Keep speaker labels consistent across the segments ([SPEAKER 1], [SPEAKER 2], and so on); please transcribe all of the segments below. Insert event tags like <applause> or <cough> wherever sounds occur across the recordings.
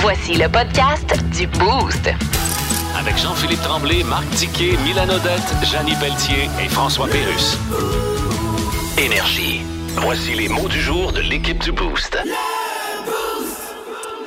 [SPEAKER 1] Voici le podcast du Boost.
[SPEAKER 2] Avec Jean-Philippe Tremblay, Marc Tiquet, Milan Odette, Janine Pelletier et François Pérus. Énergie. Voici les mots du jour de l'équipe du Boost.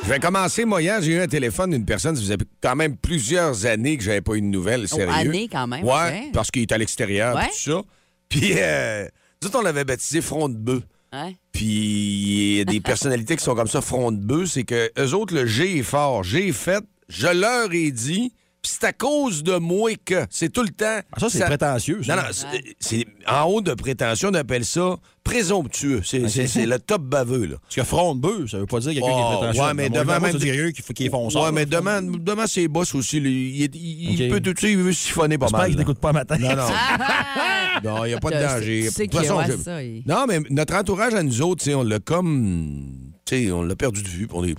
[SPEAKER 3] Je vais commencer, moi, hier, j'ai eu un téléphone d'une personne, ça faisait quand même plusieurs années que j'avais pas eu de nouvelles, sérieux.
[SPEAKER 4] Oh, années, quand même,
[SPEAKER 3] Ouais,
[SPEAKER 4] ouais.
[SPEAKER 3] parce qu'il est à l'extérieur,
[SPEAKER 4] Ouais.
[SPEAKER 3] puis tout ça. Puis, euh, nous autres, on l'avait baptisé Front de Bœuf.
[SPEAKER 4] Ouais.
[SPEAKER 3] Puis, il y a
[SPEAKER 4] <laughs>
[SPEAKER 3] des personnalités qui sont comme ça, Front de Bœuf, c'est que eux autres, le G est fort, G est fait, je leur ai dit, puis c'est à cause de moi que, c'est tout le temps.
[SPEAKER 5] Ah, ça, c'est prétentieux, ça.
[SPEAKER 3] Non, non, c'est- c'est en haut de prétention, on appelle ça présomptueux. C'est c'est- c'est le top baveux, là.
[SPEAKER 5] Parce que front de bœuf, ça veut pas dire quelqu'un qui est
[SPEAKER 3] Oh,
[SPEAKER 5] prétentieux.
[SPEAKER 3] ouais, mais
[SPEAKER 5] Dans mon
[SPEAKER 3] devant
[SPEAKER 5] évidemment,
[SPEAKER 3] même-
[SPEAKER 5] ça veut dire quelqu'un qui, fait- qui est fonceur.
[SPEAKER 3] Ouais, mais demain, demain c'est boss aussi. lui. il est- il, il
[SPEAKER 5] Ok.
[SPEAKER 3] peut tout de suite, il veut siphonner pas
[SPEAKER 5] J'espère
[SPEAKER 3] mal.
[SPEAKER 5] qu'il
[SPEAKER 3] là.
[SPEAKER 5] t'écoute pas matin.
[SPEAKER 3] Non, non.
[SPEAKER 4] Ah,
[SPEAKER 3] non, il n'y a pas de
[SPEAKER 4] Tu
[SPEAKER 3] danger.
[SPEAKER 4] sais
[SPEAKER 3] De toute
[SPEAKER 4] qu'il
[SPEAKER 3] façon,
[SPEAKER 4] est
[SPEAKER 3] je-
[SPEAKER 4] ouais, ça, il-
[SPEAKER 3] Non, mais notre entourage à nous autres, tu sais, on l'a comme. Tu sais, on l'a perdu de vue. puis On est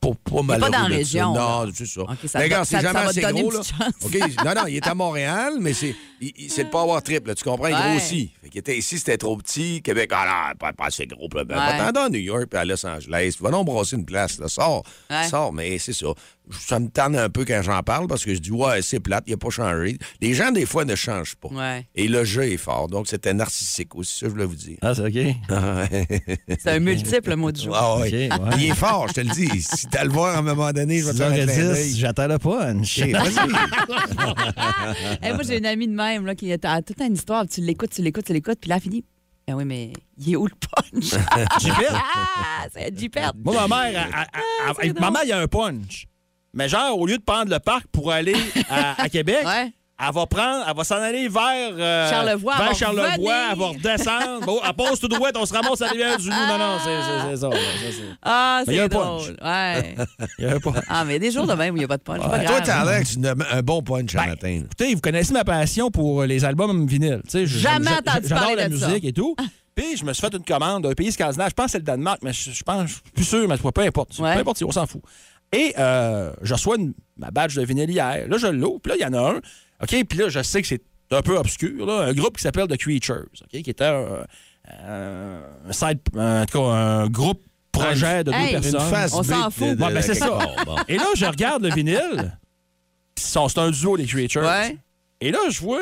[SPEAKER 3] pas, pas malheureux.
[SPEAKER 4] dans la
[SPEAKER 3] de ça.
[SPEAKER 4] région,
[SPEAKER 3] Non,
[SPEAKER 4] là.
[SPEAKER 3] c'est ça.
[SPEAKER 4] Ok, ça
[SPEAKER 3] Mais
[SPEAKER 4] te-
[SPEAKER 3] regarde, c'est
[SPEAKER 4] ça- ça
[SPEAKER 3] jamais
[SPEAKER 4] va te
[SPEAKER 3] assez
[SPEAKER 4] donner
[SPEAKER 3] gros,
[SPEAKER 4] une
[SPEAKER 3] là.
[SPEAKER 4] petite
[SPEAKER 3] OK, Non, non, il est à Montréal, mais c'est il- il- c'est le power trip, là. Tu comprends? Il
[SPEAKER 4] Ouais.
[SPEAKER 3] grossit. Fait qu'il était ici, c'était trop petit. Québec, ah non, pas, pas assez gros. puis ben,
[SPEAKER 4] Ouais.
[SPEAKER 3] va-t'en dans New York puis à Los Angeles. Va donc brasser une place, là. Sors.
[SPEAKER 4] Ouais.
[SPEAKER 3] Sors, mais c'est ça. Ça me tanne un peu quand j'en parle parce que je dis, ouais, c'est plate, il a pas changé. Les gens, des fois, ne changent pas.
[SPEAKER 4] Ouais.
[SPEAKER 3] Et le jeu est fort. Donc, c'était narcissique aussi, ça, je voulais vous dire.
[SPEAKER 5] Ah, c'est OK.
[SPEAKER 4] C'est un multiple mot du jour.
[SPEAKER 3] Ah
[SPEAKER 5] OK, ouais.
[SPEAKER 3] Il est fort, je te le dis. Si t'as le voir à un moment donné, je vais te faire un clin
[SPEAKER 5] 10h10,
[SPEAKER 3] d'œil.
[SPEAKER 5] j'attends le punch.
[SPEAKER 3] Ok, vas-y.
[SPEAKER 4] Eh, moi, j'ai une amie de même là, qui est à toute une histoire. Tu l'écoutes, tu l'écoutes, tu l'écoutes, puis là, elle finit. Ben oui, mais il est où le
[SPEAKER 5] <laughs>
[SPEAKER 4] punch?
[SPEAKER 5] Jipette.
[SPEAKER 4] Ah, c'est du perte.
[SPEAKER 5] <laughs> Moi, ma mère,
[SPEAKER 4] Ah,
[SPEAKER 5] elle- elle- elle- elle- ma mère, il y a un punch. Mais genre, au lieu de prendre le parc pour aller à, à Québec,
[SPEAKER 4] <laughs> Ouais.
[SPEAKER 5] elle va prendre, elle va s'en aller vers euh,
[SPEAKER 4] Charlevoix, elle
[SPEAKER 5] vers
[SPEAKER 4] va
[SPEAKER 5] Charlevoix, elle va
[SPEAKER 4] revenir.
[SPEAKER 5] redescendre. Bon, elle passe tout droit, on se ramasse à la rivière du Loup. Non, non, c'est- c'est c'est ça. ouais, ça, c'est-
[SPEAKER 4] Ah,
[SPEAKER 5] Mais il y a
[SPEAKER 4] c'est
[SPEAKER 5] un
[SPEAKER 4] drôle. Ouais.
[SPEAKER 5] Il y a un punch.
[SPEAKER 4] Ah, mais des jours de même où il n'y a pas de punch. c'est pas
[SPEAKER 3] Toi,
[SPEAKER 4] grave.
[SPEAKER 3] t'as l'air que tu n'as un bon punch à matin.
[SPEAKER 5] Ben, Écoutez, vous connaissez ma passion pour euh, les albums vinyles. Tu sais, je-
[SPEAKER 4] Jamais
[SPEAKER 5] je- je-
[SPEAKER 4] entendu
[SPEAKER 5] J'adore
[SPEAKER 4] parler
[SPEAKER 5] la
[SPEAKER 4] de ça. Ah.
[SPEAKER 5] musique et tout. Puis je me suis fait une commande d'un pays scandinave. Je pense que c'est le Danemark, mais je, je pense, je suis plus sûr, mais c'est pas- peu importe.
[SPEAKER 4] Ouais.
[SPEAKER 5] Peu importe, on s'en fout. Et euh, je reçois une- ma badge de vinyle hier. Là, je l'ouvre, puis là, il y en a un. OK, puis là, je sais que c'est un peu obscur. là. un groupe qui s'appelle The Creatures, OK, qui était un, un- un side, un- en tout cas, un groupe projet de deux
[SPEAKER 4] Hey, une
[SPEAKER 5] personnes.
[SPEAKER 3] face
[SPEAKER 4] on s'en
[SPEAKER 3] bête
[SPEAKER 4] fout.
[SPEAKER 3] de-
[SPEAKER 5] Ouais,
[SPEAKER 3] de-
[SPEAKER 5] ben, c'est
[SPEAKER 3] quelque
[SPEAKER 5] ça.
[SPEAKER 3] part, bon.
[SPEAKER 5] Et là, je regarde le vinyle. Ils sont- C'est un duo, les Creatures.
[SPEAKER 4] Ouais.
[SPEAKER 5] Et là, je vois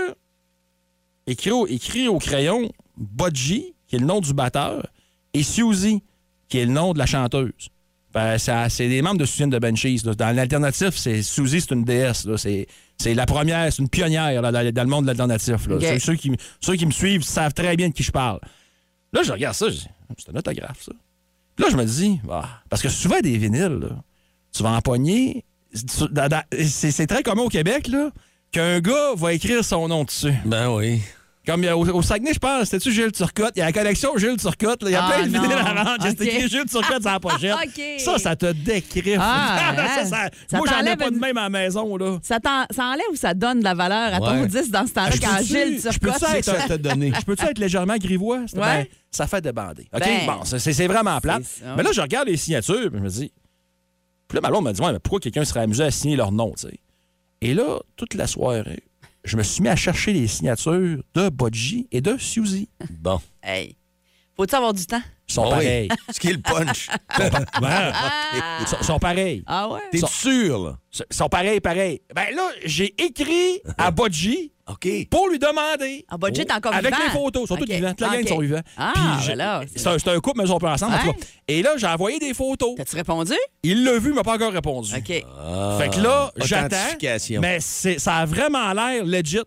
[SPEAKER 5] écrit au, écrit au crayon Budgie, qui est le nom du batteur, et Suzy, qui est le nom de la chanteuse. Ben, ça- c'est des membres de Suzanne de Benchies. là. Dans l'alternatif, c'est Suzy, c'est une déesse. là. C'est c'est la première, c'est une pionnière là, dans, dans le monde de l'alternatif. là.
[SPEAKER 4] Ok.
[SPEAKER 5] Ceux, ceux qui, m- ceux qui me suivent savent très bien de qui je parle. Là, je regarde ça, je dis, c'est un autographe, ça. Puis là, je me dis, Ah, parce que souvent, des vinyles, là, tu vas empoigner. tu- dans- dans- C'est c'est très commun au Québec, là, qu'un gars va écrire son nom dessus.
[SPEAKER 3] Ben oui.
[SPEAKER 5] Comme euh, au, au Saguenay, je pense, c'était-tu Gilles Turcotte? Il y a la collection Gilles Turcotte. là. Il y a
[SPEAKER 4] Ah,
[SPEAKER 5] plein de
[SPEAKER 4] non.
[SPEAKER 5] vinyles à vendre. J'ai
[SPEAKER 4] Ok.
[SPEAKER 5] écrit Gilles Turcotte sur
[SPEAKER 4] <laughs>
[SPEAKER 5] la pochette.
[SPEAKER 4] Ok.
[SPEAKER 5] Ça, ça te décriffe.
[SPEAKER 4] Ah,
[SPEAKER 5] <laughs> ça,
[SPEAKER 4] hein.
[SPEAKER 5] ça-
[SPEAKER 4] Ça
[SPEAKER 5] moi, j'en ai
[SPEAKER 4] t'enlève
[SPEAKER 5] pas de
[SPEAKER 4] une-
[SPEAKER 5] même à la maison. Là.
[SPEAKER 4] Ça, t'en- ça enlève ou ça donne de la valeur à ton
[SPEAKER 3] Ouais.
[SPEAKER 4] disque dans ce temps-là
[SPEAKER 5] Je
[SPEAKER 4] Ah, quand
[SPEAKER 5] peux-tu-
[SPEAKER 4] Gilles
[SPEAKER 5] je peux-tu
[SPEAKER 4] Turcotte...
[SPEAKER 5] être-
[SPEAKER 3] Ça t'a donné.
[SPEAKER 5] Je peux-tu être légèrement grivois? C'est- ben,
[SPEAKER 4] Ouais.
[SPEAKER 5] ça fait débander. OK?
[SPEAKER 4] Ben,
[SPEAKER 5] bon, c'est- c'est c'est vraiment plate.
[SPEAKER 4] c'est ça.
[SPEAKER 5] Mais là, je regarde les signatures, puis je me dis. Puis là, ma blonde m'a dit, ouais, mais pourquoi quelqu'un serait amusé à signer leur nom, tu sais? Et là, toute la soirée, je me suis mis à chercher les signatures de Bodji et de Suzy.
[SPEAKER 3] Bon.
[SPEAKER 4] <laughs> Hey, faut-tu avoir du temps?
[SPEAKER 5] Ils sont
[SPEAKER 3] Ah oui.
[SPEAKER 5] pareils.
[SPEAKER 3] Ce qui est le <laughs> punch.
[SPEAKER 5] Ben, ils sont- ils sont pareils.
[SPEAKER 4] Ah ouais?
[SPEAKER 3] T'es sûr, là?
[SPEAKER 5] Ils sont pareils, pareils. Ben là, j'ai écrit à Bodji
[SPEAKER 3] OK.
[SPEAKER 5] pour lui demander. Oh.
[SPEAKER 4] Ah, Bodji est encore
[SPEAKER 5] Avec
[SPEAKER 4] vivant.
[SPEAKER 5] les photos. Ils sont tous
[SPEAKER 4] Ok.
[SPEAKER 5] vivants. Toute la gang,
[SPEAKER 4] Ok.
[SPEAKER 5] ils sont vivants.
[SPEAKER 4] Ah,
[SPEAKER 5] Puis j'ai-
[SPEAKER 4] voilà, c'est-
[SPEAKER 5] c'est un, c'est un couple, mais ils sont pas ensemble. en tout
[SPEAKER 4] Ouais.
[SPEAKER 5] cas. Et là, j'ai envoyé des photos.
[SPEAKER 4] T'as-tu répondu?
[SPEAKER 5] Il l'a vu, il m'a pas encore répondu. Ah.
[SPEAKER 4] OK.
[SPEAKER 5] Fait que là,
[SPEAKER 3] Ah. Authentification.
[SPEAKER 5] j'attends. Mais c'est- ça a vraiment l'air legit.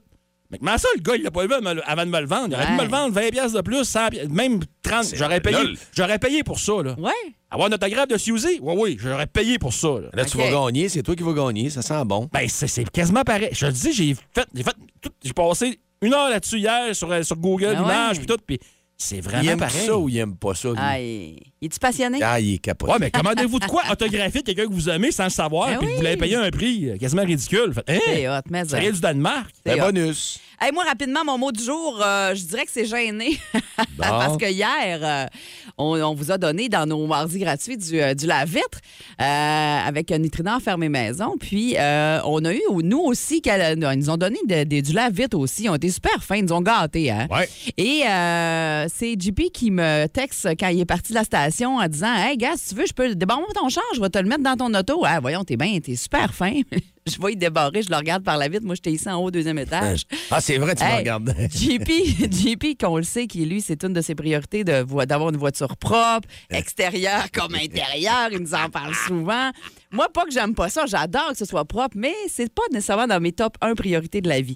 [SPEAKER 5] Mais comment ça, le gars, il l'a pas vu avant de me le- avant de me le vendre? Il aurait pu
[SPEAKER 4] Ouais.
[SPEAKER 5] me le vendre 20 pièces de plus, 100 piastres, même 30. J'aurais payé,
[SPEAKER 3] lol.
[SPEAKER 5] j'aurais payé pour ça. Là.
[SPEAKER 4] Ouais.
[SPEAKER 5] Avoir un autographe de Suzy? Oui, oui, j'aurais payé pour ça. là.
[SPEAKER 3] Là, tu
[SPEAKER 4] OK.
[SPEAKER 3] vas gagner, c'est toi qui vas gagner, ça sent bon.
[SPEAKER 5] Ben, c'est c'est quasiment pareil. Je te dis, j'ai fait, j'ai fait tout- j'ai passé une heure là-dessus hier sur, euh, sur Google
[SPEAKER 4] Ah ouais.
[SPEAKER 5] Images puis tout, puis C'est
[SPEAKER 3] Il
[SPEAKER 5] vraiment
[SPEAKER 3] aime
[SPEAKER 5] pareil.
[SPEAKER 3] ça ou il aime pas ça? lui?
[SPEAKER 4] Aïe. Es-tu passionné?
[SPEAKER 3] Ah, il est capoté.
[SPEAKER 5] Ouais, mais commandez-vous
[SPEAKER 4] <laughs>
[SPEAKER 5] de quoi autographier quelqu'un que vous aimez sans le savoir,
[SPEAKER 4] Ben
[SPEAKER 5] puis que vous
[SPEAKER 4] oui.
[SPEAKER 5] l'avez payé un prix euh, quasiment ridicule. Faites,
[SPEAKER 4] C'est
[SPEAKER 5] hein?
[SPEAKER 4] hot, mais
[SPEAKER 5] Ça vient du Danemark.
[SPEAKER 4] c'est
[SPEAKER 3] Ben,
[SPEAKER 4] hot.
[SPEAKER 3] bonus.
[SPEAKER 4] Hey, moi, rapidement, mon mot du jour, euh, je dirais que c'est gêné. <laughs> Parce que hier, euh, on, on vous a donné dans nos mardis gratuits du, euh, du lave-vitre euh, avec un nutrinant fermé maison. Puis, euh, on a eu, nous aussi, qu'elle- ils nous ont donné de- de- du lave-vitre aussi. Ils ont été super fins, ils nous ont gâtés. Hein?
[SPEAKER 5] Ouais.
[SPEAKER 4] Et euh, c'est JP qui me texte quand il est parti de la station en disant Hey, gars, si tu veux, je peux débarrer ton char, je vais te le mettre dans ton auto. Ah, voyons, t'es bien, t'es super fin. <laughs> je vais y débarrer, je le regarde par la vitre. Moi, j'étais ici en haut, au deuxième étage.
[SPEAKER 3] Ah, c'est vrai, tu me
[SPEAKER 4] Hey,
[SPEAKER 3] regardes. <laughs>
[SPEAKER 4] JP, JP qu'on le sait, qui lui, c'est une de ses priorités de vo- d'avoir une voiture propre, extérieure
[SPEAKER 3] <laughs>
[SPEAKER 4] comme intérieure. Il nous en parle souvent. Moi, pas que j'aime pas ça, j'adore que ce soit propre, mais c'est pas nécessairement dans mes top 1 priorités de la vie.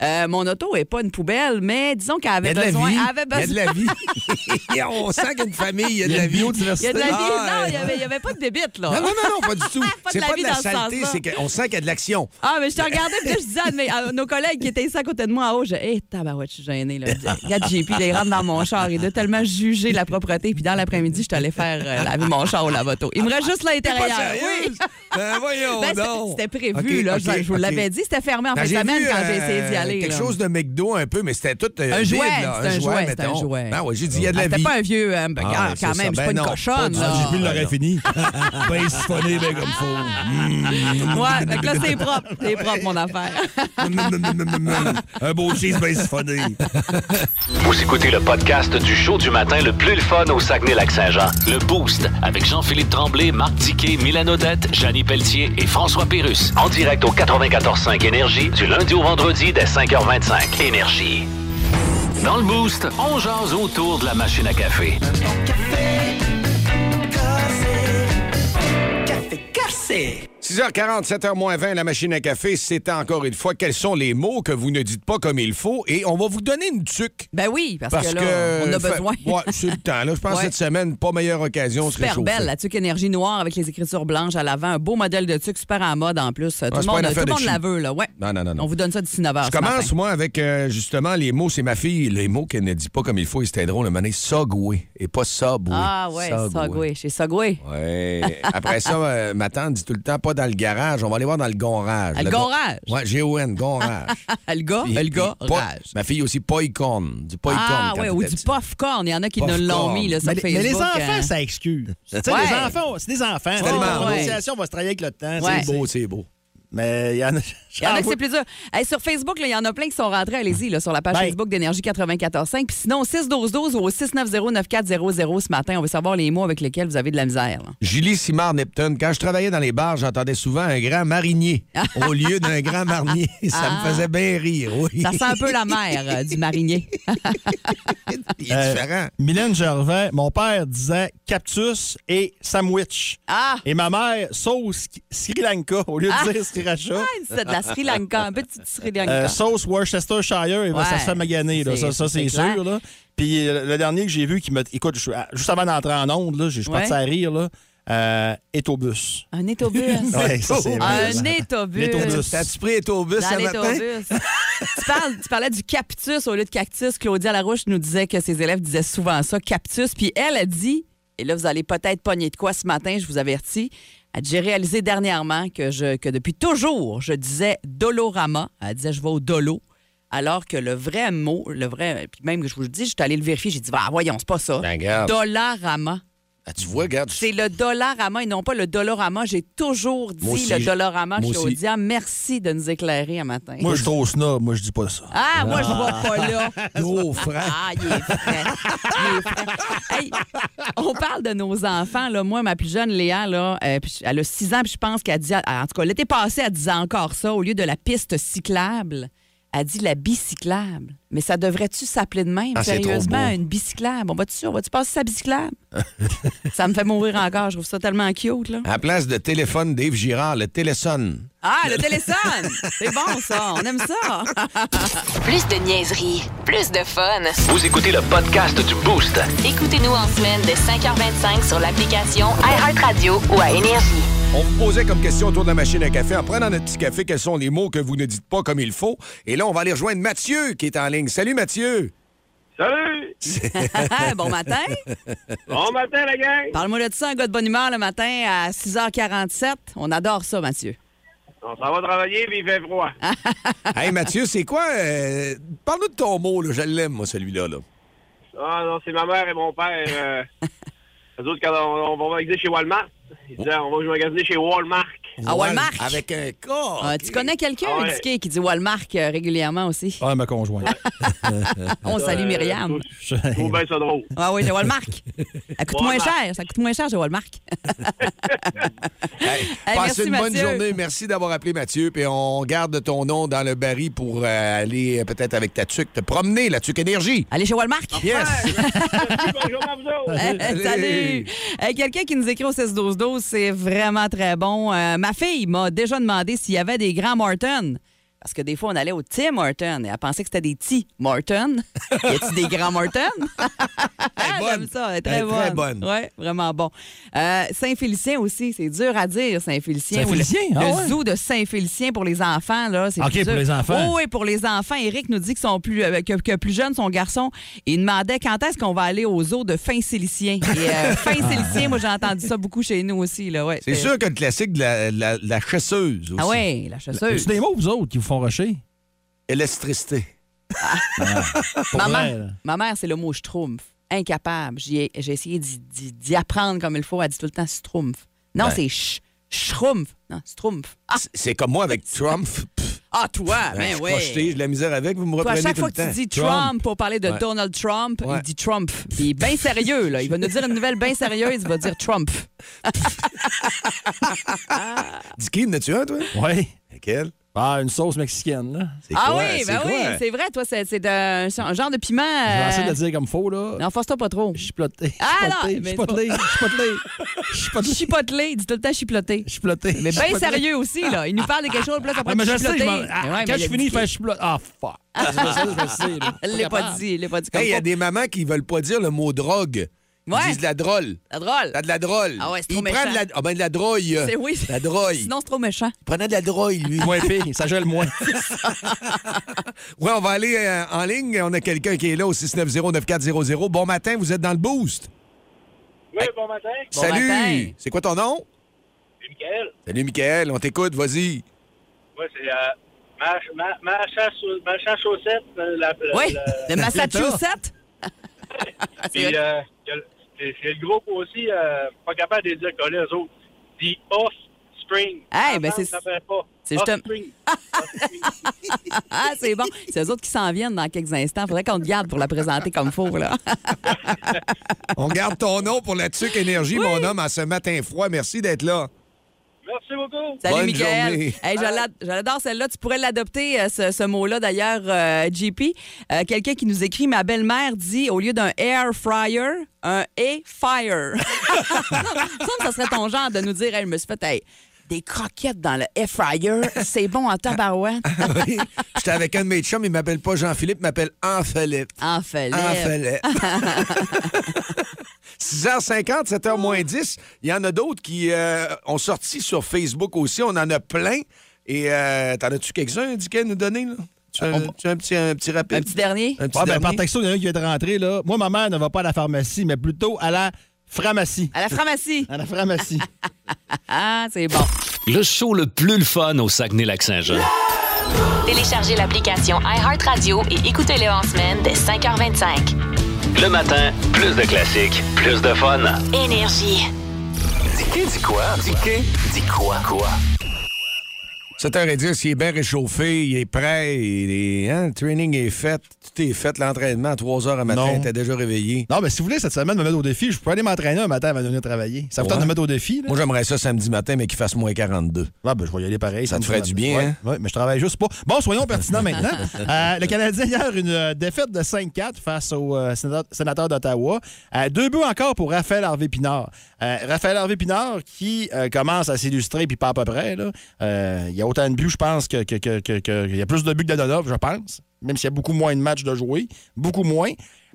[SPEAKER 4] Euh, mon auto est pas une poubelle, mais disons qu'elle
[SPEAKER 3] Il
[SPEAKER 4] avait
[SPEAKER 3] y a de la
[SPEAKER 4] besoin.
[SPEAKER 3] vie.
[SPEAKER 4] elle avait
[SPEAKER 3] Il y a de
[SPEAKER 4] besoin-
[SPEAKER 3] la vie. <laughs> Et on sent qu'il y a une famille, il y a de la vie.
[SPEAKER 4] Il y a de la vie.
[SPEAKER 3] Ah,
[SPEAKER 4] Non, il n'y
[SPEAKER 3] ouais.
[SPEAKER 4] avait, il y avait pas de débite, là.
[SPEAKER 3] Non, non, non, non, pas du tout.
[SPEAKER 4] Ah. <laughs> Pas de
[SPEAKER 3] c'est
[SPEAKER 4] la
[SPEAKER 3] pas
[SPEAKER 4] vie
[SPEAKER 3] de la
[SPEAKER 4] dans ce
[SPEAKER 3] saleté,
[SPEAKER 4] sens-là.
[SPEAKER 3] c'est qu'on sent qu'il y a de l'action.
[SPEAKER 4] Ah, mais je te regardais, puis là, je disais à, mes- à nos collègues qui étaient ici à côté de moi en haut, je hé, tabarouette, je suis gênée. Là. Je disais, Regarde, JP, là, il rentre dans mon char. Il a tellement jugé la propreté, puis dans l'après-midi, je t'allais faire euh, laver mon char au lavoto. Il me reste juste
[SPEAKER 3] Pas
[SPEAKER 4] l'intérieur.
[SPEAKER 3] sérieux.
[SPEAKER 4] <laughs> Oui.
[SPEAKER 3] Ben, voyons
[SPEAKER 4] Ben, c'est-
[SPEAKER 3] donc.
[SPEAKER 4] c'était prévu,
[SPEAKER 3] OK,
[SPEAKER 4] là. je-
[SPEAKER 3] OK,
[SPEAKER 4] je vous
[SPEAKER 3] OK.
[SPEAKER 4] l'avais dit, c'était fermé en
[SPEAKER 3] Ben,
[SPEAKER 4] fin de
[SPEAKER 3] j'ai
[SPEAKER 4] semaine
[SPEAKER 3] vu,
[SPEAKER 4] quand j'ai essayé d'y
[SPEAKER 3] euh,
[SPEAKER 4] aller.
[SPEAKER 3] Quelque
[SPEAKER 4] là.
[SPEAKER 3] chose de McDo un peu, mais c'était tout euh,
[SPEAKER 4] Un
[SPEAKER 3] vide,
[SPEAKER 4] jouet,
[SPEAKER 3] là.
[SPEAKER 4] c'est un jouet, c'est un
[SPEAKER 3] mettons.
[SPEAKER 4] jouet.
[SPEAKER 3] Ben oui, j'ai dit, il y a de
[SPEAKER 4] Ah,
[SPEAKER 3] la
[SPEAKER 4] C'était
[SPEAKER 3] vie.
[SPEAKER 4] pas un vieux hamburger
[SPEAKER 3] Ah, ouais, c'est
[SPEAKER 4] quand
[SPEAKER 3] ça.
[SPEAKER 4] même, je suis
[SPEAKER 3] Ben
[SPEAKER 4] pas une
[SPEAKER 3] non,
[SPEAKER 4] cochonne.
[SPEAKER 3] pas du
[SPEAKER 4] là.
[SPEAKER 3] tout.
[SPEAKER 5] J'ai vu l'aurait
[SPEAKER 4] <laughs>
[SPEAKER 5] fini. Ben siphonné, ben comme faut.
[SPEAKER 4] Ouais, fait que là, c'est propre, c'est propre, mon affaire.
[SPEAKER 5] Un beau cheese ben
[SPEAKER 3] <laughs>
[SPEAKER 5] siphonné.
[SPEAKER 2] Vous écoutez le podcast du show du matin le plus le fun au Saguenay-Lac-Saint-Jean. Le Boost avec Jean-Philippe Tremblay, Marc Diquet, Milan Odette, Janine Pelletier et François Pérus. En direct au 94.5 Énergie du lundi au vendredi dès 5h25. Énergie. Dans le Boost, on jase autour de la machine à café.
[SPEAKER 6] Café cassé.
[SPEAKER 3] 6h47, h moins 20, la machine à café, c'était encore une fois quels sont les mots que vous ne dites pas comme il faut et on va vous donner une tuque.
[SPEAKER 4] Ben oui, parce,
[SPEAKER 3] Parce
[SPEAKER 4] que
[SPEAKER 3] que.
[SPEAKER 4] là, on a
[SPEAKER 3] fait-
[SPEAKER 4] besoin.
[SPEAKER 3] Ouais, c'est le temps. Là, je pense
[SPEAKER 4] Ouais.
[SPEAKER 3] que cette semaine, pas meilleure occasion. de se
[SPEAKER 4] Super
[SPEAKER 3] réchauffer.
[SPEAKER 4] belle, la tuque énergie noire avec les écritures blanches à l'avant. Un beau modèle de tuque, super en mode en plus. Tout
[SPEAKER 3] pas
[SPEAKER 4] le
[SPEAKER 3] une
[SPEAKER 4] monde, tout
[SPEAKER 3] affaire
[SPEAKER 4] le
[SPEAKER 3] de
[SPEAKER 4] monde la
[SPEAKER 3] cheap.
[SPEAKER 4] veut, là. Ouais.
[SPEAKER 3] Non, non, non, non.
[SPEAKER 4] On vous donne ça d'ici 9 h.
[SPEAKER 3] Je commence, moi, avec euh, justement les mots. C'est ma fille, les mots qu'elle ne dit pas comme il faut. Et c'était drôle, le mané Sogoué et pas Subway.
[SPEAKER 4] Ah ouais, Sogway. Chez Sogway.
[SPEAKER 3] Ouais. Après ça, euh, ma tante dit tout le temps pas dans le garage, on va aller voir dans le gonrage.
[SPEAKER 4] Ah, le gorage.
[SPEAKER 3] Oui, G-O-N, gonrage.
[SPEAKER 4] <laughs> <laughs> Le gars,
[SPEAKER 3] Puis-
[SPEAKER 4] le gars,
[SPEAKER 3] puis pas-
[SPEAKER 4] rage.
[SPEAKER 3] Ma fille aussi, pas icône. Du pas
[SPEAKER 4] Ah
[SPEAKER 3] icône.
[SPEAKER 4] ouais,
[SPEAKER 3] quand
[SPEAKER 4] ou
[SPEAKER 3] elle
[SPEAKER 4] du
[SPEAKER 3] était petite.
[SPEAKER 4] popcorn. Il y en a qui ne
[SPEAKER 3] Popcorn.
[SPEAKER 4] l'ont mis, là, sur
[SPEAKER 7] Mais, les- mais
[SPEAKER 4] Facebook.
[SPEAKER 7] les enfants,
[SPEAKER 4] hein.
[SPEAKER 7] ça excuse. Tu sais,
[SPEAKER 4] Ouais.
[SPEAKER 7] Les enfants, c'est des enfants.
[SPEAKER 3] tellement
[SPEAKER 7] La
[SPEAKER 4] beau.
[SPEAKER 7] prononciation va se travailler avec le temps.
[SPEAKER 4] Ouais.
[SPEAKER 7] c'est
[SPEAKER 3] C'est
[SPEAKER 7] beau.
[SPEAKER 3] beau, c'est beau.
[SPEAKER 7] Mais il y en a. <laughs>
[SPEAKER 4] Il
[SPEAKER 3] Ah,
[SPEAKER 4] y en a que c'est plus dur. Hey, sur Facebook, là, il y en a plein qui sont rentrés. Allez-y, là, sur la page
[SPEAKER 7] Ben.
[SPEAKER 4] Facebook d'Énergie 94.5. Puis sinon, 612-12 au 690-9400 ce matin. On veut savoir les mots avec lesquels vous avez de la misère. là.
[SPEAKER 3] Julie Simard Neptune, quand je travaillais dans les bars, j'entendais souvent un grand marinier
[SPEAKER 4] <laughs>
[SPEAKER 3] au lieu d'un grand marnier. Ça me faisait bien rire, oui.
[SPEAKER 4] Ah. Ça sent un peu la mer euh, du marinier.
[SPEAKER 3] Il est
[SPEAKER 7] Euh,
[SPEAKER 3] différent.
[SPEAKER 7] Mylène Gervais, mon père disait cactus et sandwich.
[SPEAKER 4] Ah!
[SPEAKER 7] Et ma mère, sauce Sri Lanka au lieu de dire sriracha.
[SPEAKER 4] Ah, c'est de la Sri Lanka, un petit Sri
[SPEAKER 7] Euh,
[SPEAKER 4] Lanka.
[SPEAKER 7] sauce Worcestershire, il va
[SPEAKER 4] Ouais.
[SPEAKER 7] ça se fait maganer, là.
[SPEAKER 4] C'est-
[SPEAKER 7] ça, ça, c'est
[SPEAKER 4] c'est clair.
[SPEAKER 7] sûr. Là. Puis euh, le dernier que j'ai vu qui m'a. Écoute, je suis- ah, juste avant d'entrer en onde, là, je suis
[SPEAKER 4] Ouais.
[SPEAKER 7] parti à rire, là. Euh,
[SPEAKER 4] <laughs>
[SPEAKER 7] Étobus.
[SPEAKER 4] Un étobus.
[SPEAKER 7] Ouais, ça, c'est
[SPEAKER 4] Un
[SPEAKER 7] vrai.
[SPEAKER 4] étobus.
[SPEAKER 7] L'étobus.
[SPEAKER 3] T'as-tu pris les autobus
[SPEAKER 4] Dans
[SPEAKER 3] ce matin?
[SPEAKER 4] l'étobus. tu, parles- tu parlais du cactus au lieu de cactus. Claudia Larouche nous disait que ses élèves disaient souvent ça, cactus. Puis elle a dit, et là, vous allez peut-être pogner de quoi ce matin, je vous avertis. Elle dit, J'ai réalisé dernièrement que, je, que depuis toujours, je disais Dolorama. Elle disait, je vais au Dolo. Alors que le vrai mot, le vrai. Puis même que je vous le dis, je suis allée le vérifier, j'ai dit, bah, voyons, c'est pas ça.
[SPEAKER 3] Ben, regarde.
[SPEAKER 4] Dollarama.
[SPEAKER 3] Ah, tu vois, regarde, je
[SPEAKER 4] C'est le dollarama et non pas le dollarama. J'ai toujours dit
[SPEAKER 3] Moi aussi,
[SPEAKER 4] le
[SPEAKER 3] je-
[SPEAKER 4] dollarama
[SPEAKER 3] moi
[SPEAKER 4] chez
[SPEAKER 3] aussi.
[SPEAKER 4] Odia. Merci de nous éclairer un matin.
[SPEAKER 7] Moi, je suis trop snob, moi, je dis pas ça.
[SPEAKER 4] ah, moi, je vois pas là.
[SPEAKER 3] gros frère.
[SPEAKER 4] Ah, il est frais. Il est frais. Hey, on parle de nos enfants. Là. Moi, ma plus jeune, Léa, là, euh, puis elle a 6 ans, puis je pense qu'elle dit, en tout cas, l'été passé, elle disait encore ça. Au lieu de la piste cyclable, elle dit la bicyclable. Mais ça devrait-tu s'appeler de même,
[SPEAKER 3] Ah, c'est trop
[SPEAKER 4] sérieusement,
[SPEAKER 3] beau.
[SPEAKER 4] une bicyclable? On va-tu on va-tu passer sa bicyclable?
[SPEAKER 3] <laughs>
[SPEAKER 4] ça me fait mourir encore. Je trouve ça tellement cute, là.
[SPEAKER 3] À la place de téléphone Dave Girard, le téléphone.
[SPEAKER 4] Ah, le
[SPEAKER 3] <laughs>
[SPEAKER 4] téléphone! C'est bon, ça. On aime ça.
[SPEAKER 1] Plus de niaiserie, plus de fun.
[SPEAKER 2] Vous écoutez le podcast du Boost
[SPEAKER 1] Écoutez-nous en semaine de 5h25 sur l'application iHeartRadio ou à Énergie.
[SPEAKER 3] On vous posait comme question autour de la machine à café, en prenant notre petit café,
[SPEAKER 4] <laughs>
[SPEAKER 3] quels sont les mots que vous ne dites pas comme il faut. Et là, on va aller rejoindre Mathieu qui est en ligne. Salut Mathieu!
[SPEAKER 7] Salut!
[SPEAKER 4] bon matin.
[SPEAKER 7] Bon matin, la gang!
[SPEAKER 4] Parle-moi de ça, un gars de bonne humeur le matin à 6h47. On adore ça, Mathieu.
[SPEAKER 7] On s'en va travailler, mais il fait froid.
[SPEAKER 4] Ah.
[SPEAKER 3] hey, Mathieu, c'est quoi? euh, Parle-nous de ton mot, là. Je l'aime, moi, celui-là. Là.
[SPEAKER 7] Ah non, c'est ma mère et mon père. Euh,
[SPEAKER 4] <laughs>
[SPEAKER 7] eux autres, quand on, on va magasiner chez Walmart, ils disaient on va magasiner chez Walmart.
[SPEAKER 4] À Walmart.
[SPEAKER 3] Avec un corps.
[SPEAKER 4] Ah, tu connais quelqu'un,
[SPEAKER 7] Ah
[SPEAKER 4] un
[SPEAKER 7] ouais.
[SPEAKER 4] disqué, qui dit Walmart euh, régulièrement aussi?
[SPEAKER 8] Ah, ma conjointe.
[SPEAKER 4] On salue Myriam.
[SPEAKER 7] Euh, Je trouve bien ça drôle.
[SPEAKER 4] Ah oui, le Walmart. Ça coûte moins
[SPEAKER 7] Walmart.
[SPEAKER 4] cher. Ça coûte moins cher, le Walmart.
[SPEAKER 3] Hey,
[SPEAKER 4] Hey,
[SPEAKER 3] passez
[SPEAKER 4] merci,
[SPEAKER 3] une bonne
[SPEAKER 4] Mathieu.
[SPEAKER 3] journée. Merci d'avoir appelé Mathieu. Puis on garde ton nom dans le baril pour euh, aller euh, peut-être avec ta tuque te promener, la tuque énergie.
[SPEAKER 4] Allez chez Walmart.
[SPEAKER 3] Yes!
[SPEAKER 7] Bonjour, à vous autres.
[SPEAKER 4] Hey, Salut! Euh, Quelqu'un qui nous écrit au 16-12-12, c'est vraiment très bon. Euh, ma fille m'a déjà demandé s'il y avait des grands Morton. Parce que des fois, on allait au Tim Horton et elle pensait que c'était des petits Morton. y a-t-il des grands <laughs> Morton? J'aime
[SPEAKER 3] bonne.
[SPEAKER 4] ça, elle est
[SPEAKER 3] Elle
[SPEAKER 4] très
[SPEAKER 3] est
[SPEAKER 4] bonne.
[SPEAKER 3] très bonne.
[SPEAKER 4] Oui, vraiment bon. Euh, Saint-Félicien aussi, c'est dur à dire, Saint-Félicien.
[SPEAKER 8] Saint-Félicien,
[SPEAKER 4] Ou le,
[SPEAKER 8] ah
[SPEAKER 4] le
[SPEAKER 8] ouais?
[SPEAKER 4] zoo de Saint-Félicien pour les enfants, là, c'est
[SPEAKER 8] OK,
[SPEAKER 4] plus dur.
[SPEAKER 8] pour les enfants.
[SPEAKER 4] Oh, oui, pour les enfants. Eric nous dit que, son plus, euh, que, que plus jeune, son garçon, il demandait quand est-ce qu'on va aller aux zoo de Fin-Sélicien. Et euh,
[SPEAKER 3] <laughs>
[SPEAKER 4] Fin-Sélicien, moi, j'ai entendu ça beaucoup chez nous aussi. Là, ouais.
[SPEAKER 3] C'est sûr que le classique de la, la- la chasseuse aussi.
[SPEAKER 4] Euh, Ah oui, la
[SPEAKER 8] tu
[SPEAKER 4] chasseuse.
[SPEAKER 8] des mots, vous autres, qui vous font rusher?
[SPEAKER 3] Électricité.
[SPEAKER 8] Pour vrai, là.
[SPEAKER 4] Maman, ma mère, c'est le mot schtroumpf. Incapable. J'y ai- J'ai essayé d'y- d'y d'y apprendre comme il faut. Elle dit tout le temps schtroumpf. Non, c'est ch schtroumpf. Non, schtroumpf. Ah,
[SPEAKER 3] C'est- C'est comme moi avec Trump. Pff,
[SPEAKER 4] ah, toi,
[SPEAKER 3] hein, je
[SPEAKER 4] ben
[SPEAKER 3] suis pas jeté,
[SPEAKER 4] oui.
[SPEAKER 3] j'ai de la misère avec, vous me
[SPEAKER 4] Toi, à
[SPEAKER 3] reprenez
[SPEAKER 4] chaque
[SPEAKER 3] tout
[SPEAKER 4] fois
[SPEAKER 3] le
[SPEAKER 4] que tu
[SPEAKER 3] temps.
[SPEAKER 4] dis Trump, pour parler de
[SPEAKER 3] Ouais.
[SPEAKER 4] Donald Trump,
[SPEAKER 3] Ouais.
[SPEAKER 4] il dit Trump. Puis il est bien sérieux, là. Il va nous dire une nouvelle bien sérieuse, il va dire Trump.
[SPEAKER 3] Dis qui, n'as-tu un, toi?
[SPEAKER 8] Ouais.
[SPEAKER 3] Laquelle?
[SPEAKER 8] Ah, une sauce mexicaine, là.
[SPEAKER 3] C'est
[SPEAKER 4] Ah
[SPEAKER 3] quoi?
[SPEAKER 4] oui,
[SPEAKER 3] C'est
[SPEAKER 4] ben
[SPEAKER 3] quoi?
[SPEAKER 4] oui, c'est vrai, toi, c'est c'est un, c'est un genre de piment.
[SPEAKER 8] Je vais
[SPEAKER 4] euh,
[SPEAKER 8] essayer de le dire comme faux, là.
[SPEAKER 4] Non, force-toi pas trop.
[SPEAKER 8] Je suis ploté.
[SPEAKER 4] Ah, non,
[SPEAKER 8] Je
[SPEAKER 4] mais
[SPEAKER 8] suis
[SPEAKER 4] c'est
[SPEAKER 8] ploté. Je suis ploté. Je suis ploté. Je suis ploté.
[SPEAKER 4] Chipotelé, dis tout le temps chipotelé.
[SPEAKER 8] Je suis ploté.
[SPEAKER 4] Mais bien sérieux aussi, là. Il nous parle de quelque chose, puis là, ça
[SPEAKER 8] Ouais,
[SPEAKER 4] prend
[SPEAKER 8] mais
[SPEAKER 4] du
[SPEAKER 8] je sais,
[SPEAKER 4] chipotelé.
[SPEAKER 8] je m'en-
[SPEAKER 4] Mais
[SPEAKER 8] ah,
[SPEAKER 4] ouais,
[SPEAKER 8] quand
[SPEAKER 4] mais
[SPEAKER 8] je
[SPEAKER 4] il a
[SPEAKER 8] finis,
[SPEAKER 4] dit
[SPEAKER 8] je fais je suis ploté. Ah, fuck. C'est pas ça, je le sais, là.
[SPEAKER 4] Elle l'a pas
[SPEAKER 8] capable.
[SPEAKER 4] dit, elle l'a pas dit comme
[SPEAKER 3] Hey, il y
[SPEAKER 4] ça.
[SPEAKER 3] a des mamans qui veulent pas dire le mot drogue. Ils
[SPEAKER 4] Ouais.
[SPEAKER 3] disent de la drôle.
[SPEAKER 4] C'est drôle.
[SPEAKER 3] T'as de la drôle.
[SPEAKER 4] Ah ouais, c'est
[SPEAKER 3] Il
[SPEAKER 4] trop
[SPEAKER 3] prend
[SPEAKER 4] méchant.
[SPEAKER 3] de la... Ah ben, de la droille.
[SPEAKER 4] C'est <laughs> oui.
[SPEAKER 3] De La droille.
[SPEAKER 4] Sinon, c'est trop méchant.
[SPEAKER 3] Il prenait de la droille, lui.
[SPEAKER 8] Moins pire, ça gèle moins.
[SPEAKER 3] Ouais, on va aller euh, en ligne. On a quelqu'un qui est là au 690-9400. Bon matin, vous êtes dans le boost.
[SPEAKER 7] Oui, bon matin.
[SPEAKER 3] Salut.
[SPEAKER 4] matin.
[SPEAKER 3] C'est quoi ton nom?
[SPEAKER 7] C'est Michael.
[SPEAKER 3] Salut, Michael. On t'écoute. Vas-y.
[SPEAKER 7] Moi, c'est euh, ma, ma, ma, chasse, ma chasse chaussette. euh, La, la-
[SPEAKER 4] Oui,
[SPEAKER 7] la-
[SPEAKER 4] de Massachusetts. Ah, <laughs> c'est
[SPEAKER 7] puis,
[SPEAKER 4] vrai.
[SPEAKER 7] euh, y a le- c'est c'est le groupe aussi, euh, pas capable de les dire coller aux autres. The Offspring.
[SPEAKER 4] Hey, ben,
[SPEAKER 7] Ensemble,
[SPEAKER 4] c'est-
[SPEAKER 7] ça fait pas.
[SPEAKER 4] c'est juste un-
[SPEAKER 7] Offspring.
[SPEAKER 4] Ah, c'est bon. C'est eux autres qui s'en viennent dans quelques instants. Faudrait qu'on te garde pour la présenter comme faux, là.
[SPEAKER 3] On
[SPEAKER 4] <laughs>
[SPEAKER 3] garde ton nom pour la tuque énergie, mon homme, en ce matin froid. Merci
[SPEAKER 4] <laughs>
[SPEAKER 3] d'être là.
[SPEAKER 7] Merci beaucoup.
[SPEAKER 4] Salut,
[SPEAKER 3] Bonne
[SPEAKER 4] Michael.
[SPEAKER 3] journée.
[SPEAKER 4] Hey, je l'ad- je l'adore celle-là. Tu pourrais l'adopter, euh, ce, ce mot-là, d'ailleurs, euh, JP. Euh, Quelqu'un qui nous écrit Ma belle-mère dit, au lieu d'un air fryer, un air fire. <laughs> Non, il me semble que ça serait ton genre de nous dire Hey, Je me suis fait hey, des croquettes dans le air fryer. C'est bon en tabarouette.
[SPEAKER 3] Oui. J'étais avec un de mes chums. Il m'appelle pas Jean-Philippe, il m'appelle Anphilippe.
[SPEAKER 4] En fait, là.
[SPEAKER 3] Anphilippe.
[SPEAKER 4] <laughs>
[SPEAKER 3] 6h50, 7h
[SPEAKER 4] Oh.
[SPEAKER 3] moins 10. Il y en a d'autres qui euh, ont sorti sur Facebook aussi. On en a plein. Et euh, t'en as-tu quelques-uns, indiqués à nous donner? Là? Tu as, tu as un, petit, un petit rapide?
[SPEAKER 4] Euh, Un petit dernier?
[SPEAKER 3] Un petit
[SPEAKER 5] Ah, ben, par
[SPEAKER 3] dernier?
[SPEAKER 5] texto, il y en a un qui vient de rentrer, là. Moi, ma mère ne va pas à la pharmacie, mais plutôt à la pharmacie.
[SPEAKER 4] À la pharmacie.
[SPEAKER 5] À la pharmacie.
[SPEAKER 4] Ah, c'est bon.
[SPEAKER 2] Le show le plus le fun au Saguenay-Lac-Saint-Jean.
[SPEAKER 1] Téléchargez l'application iHeartRadio et écoutez-le en semaine dès 5h25.
[SPEAKER 2] Le matin, plus de classiques, plus de fun.
[SPEAKER 1] Énergie.
[SPEAKER 2] Dis dit quoi? Dis dit quoi? Quoi?
[SPEAKER 3] 7h10, s'il est bien réchauffé, il est prêt, il est- hein, le training est fait, tout est fait, l'entraînement à 3h à matin,
[SPEAKER 5] Non.
[SPEAKER 3] t'es déjà réveillé.
[SPEAKER 5] non, mais si vous voulez, cette semaine, me mettre au défi, je pourrais aller m'entraîner un matin avant de venir travailler. Ça vous tente
[SPEAKER 3] Ouais.
[SPEAKER 5] de me mettre au défi, là?
[SPEAKER 3] Moi, j'aimerais ça samedi matin, mais qu'il fasse moins 42.
[SPEAKER 5] Ah, ben, je vais y aller pareil.
[SPEAKER 3] Ça te
[SPEAKER 5] me
[SPEAKER 3] ferait du bien,
[SPEAKER 5] Ouais,
[SPEAKER 3] hein?
[SPEAKER 5] ouais, mais je travaille juste pas. Bon,
[SPEAKER 3] <laughs>
[SPEAKER 5] soyons pertinents maintenant. Euh, le Canadien, hier, une euh, défaite de 5-4 face au euh, sénateur, sénateur d'Ottawa. Euh, deux buts encore pour Raphaël Harvey-Pinard. Euh, Raphaël Harvey-Pinard qui euh, commence à s'illustrer, puis pas à peu près. là. Euh, Il y a autant de buts, je pense, que, que- que- que- que- il y a plus de buts que Dadonov, je pense. Même s'il y a beaucoup moins de matchs de jouer. Beaucoup moins.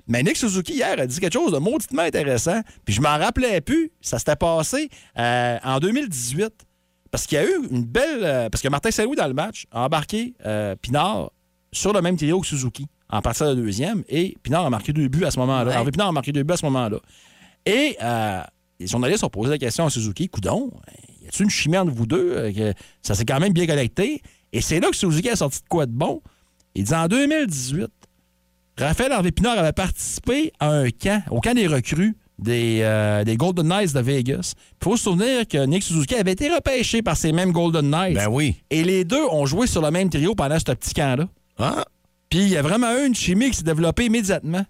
[SPEAKER 5] Mais Nick Suzuki, hier, a dit quelque chose de mauditement intéressant. Puis je m'en rappelais plus. Ça s'était passé euh, en 2018. Parce qu'il y a eu une belle. euh, parce que Martin Saint-Louis, dans le match, a embarqué euh, Pinard sur le même trio que Suzuki, en partant de deuxième. Et Pinard a marqué deux buts à ce moment-là.
[SPEAKER 4] Ouais.
[SPEAKER 5] Harvey Pinard a marqué deux buts à ce moment-là. Et euh, les journalistes ont posé la question à Suzuki Coudon, y a-t-il une chimère entre vous deux euh, que Ça s'est quand même bien connecté. Et c'est là que Suzuki a sorti de quoi de bon. Il dit en 2018, Raphaël Harvey Pinard avait participé à un camp, au camp des recrues des, euh, des Golden Knights de Vegas. Il faut se souvenir que Nick Suzuki avait été repêché par ces mêmes Golden Knights.
[SPEAKER 3] Ben oui.
[SPEAKER 5] Et les deux ont joué sur le même trio pendant ce petit camp-là.
[SPEAKER 3] Ah,
[SPEAKER 5] Puis il y a vraiment eu une chimie qui s'est développée immédiatement.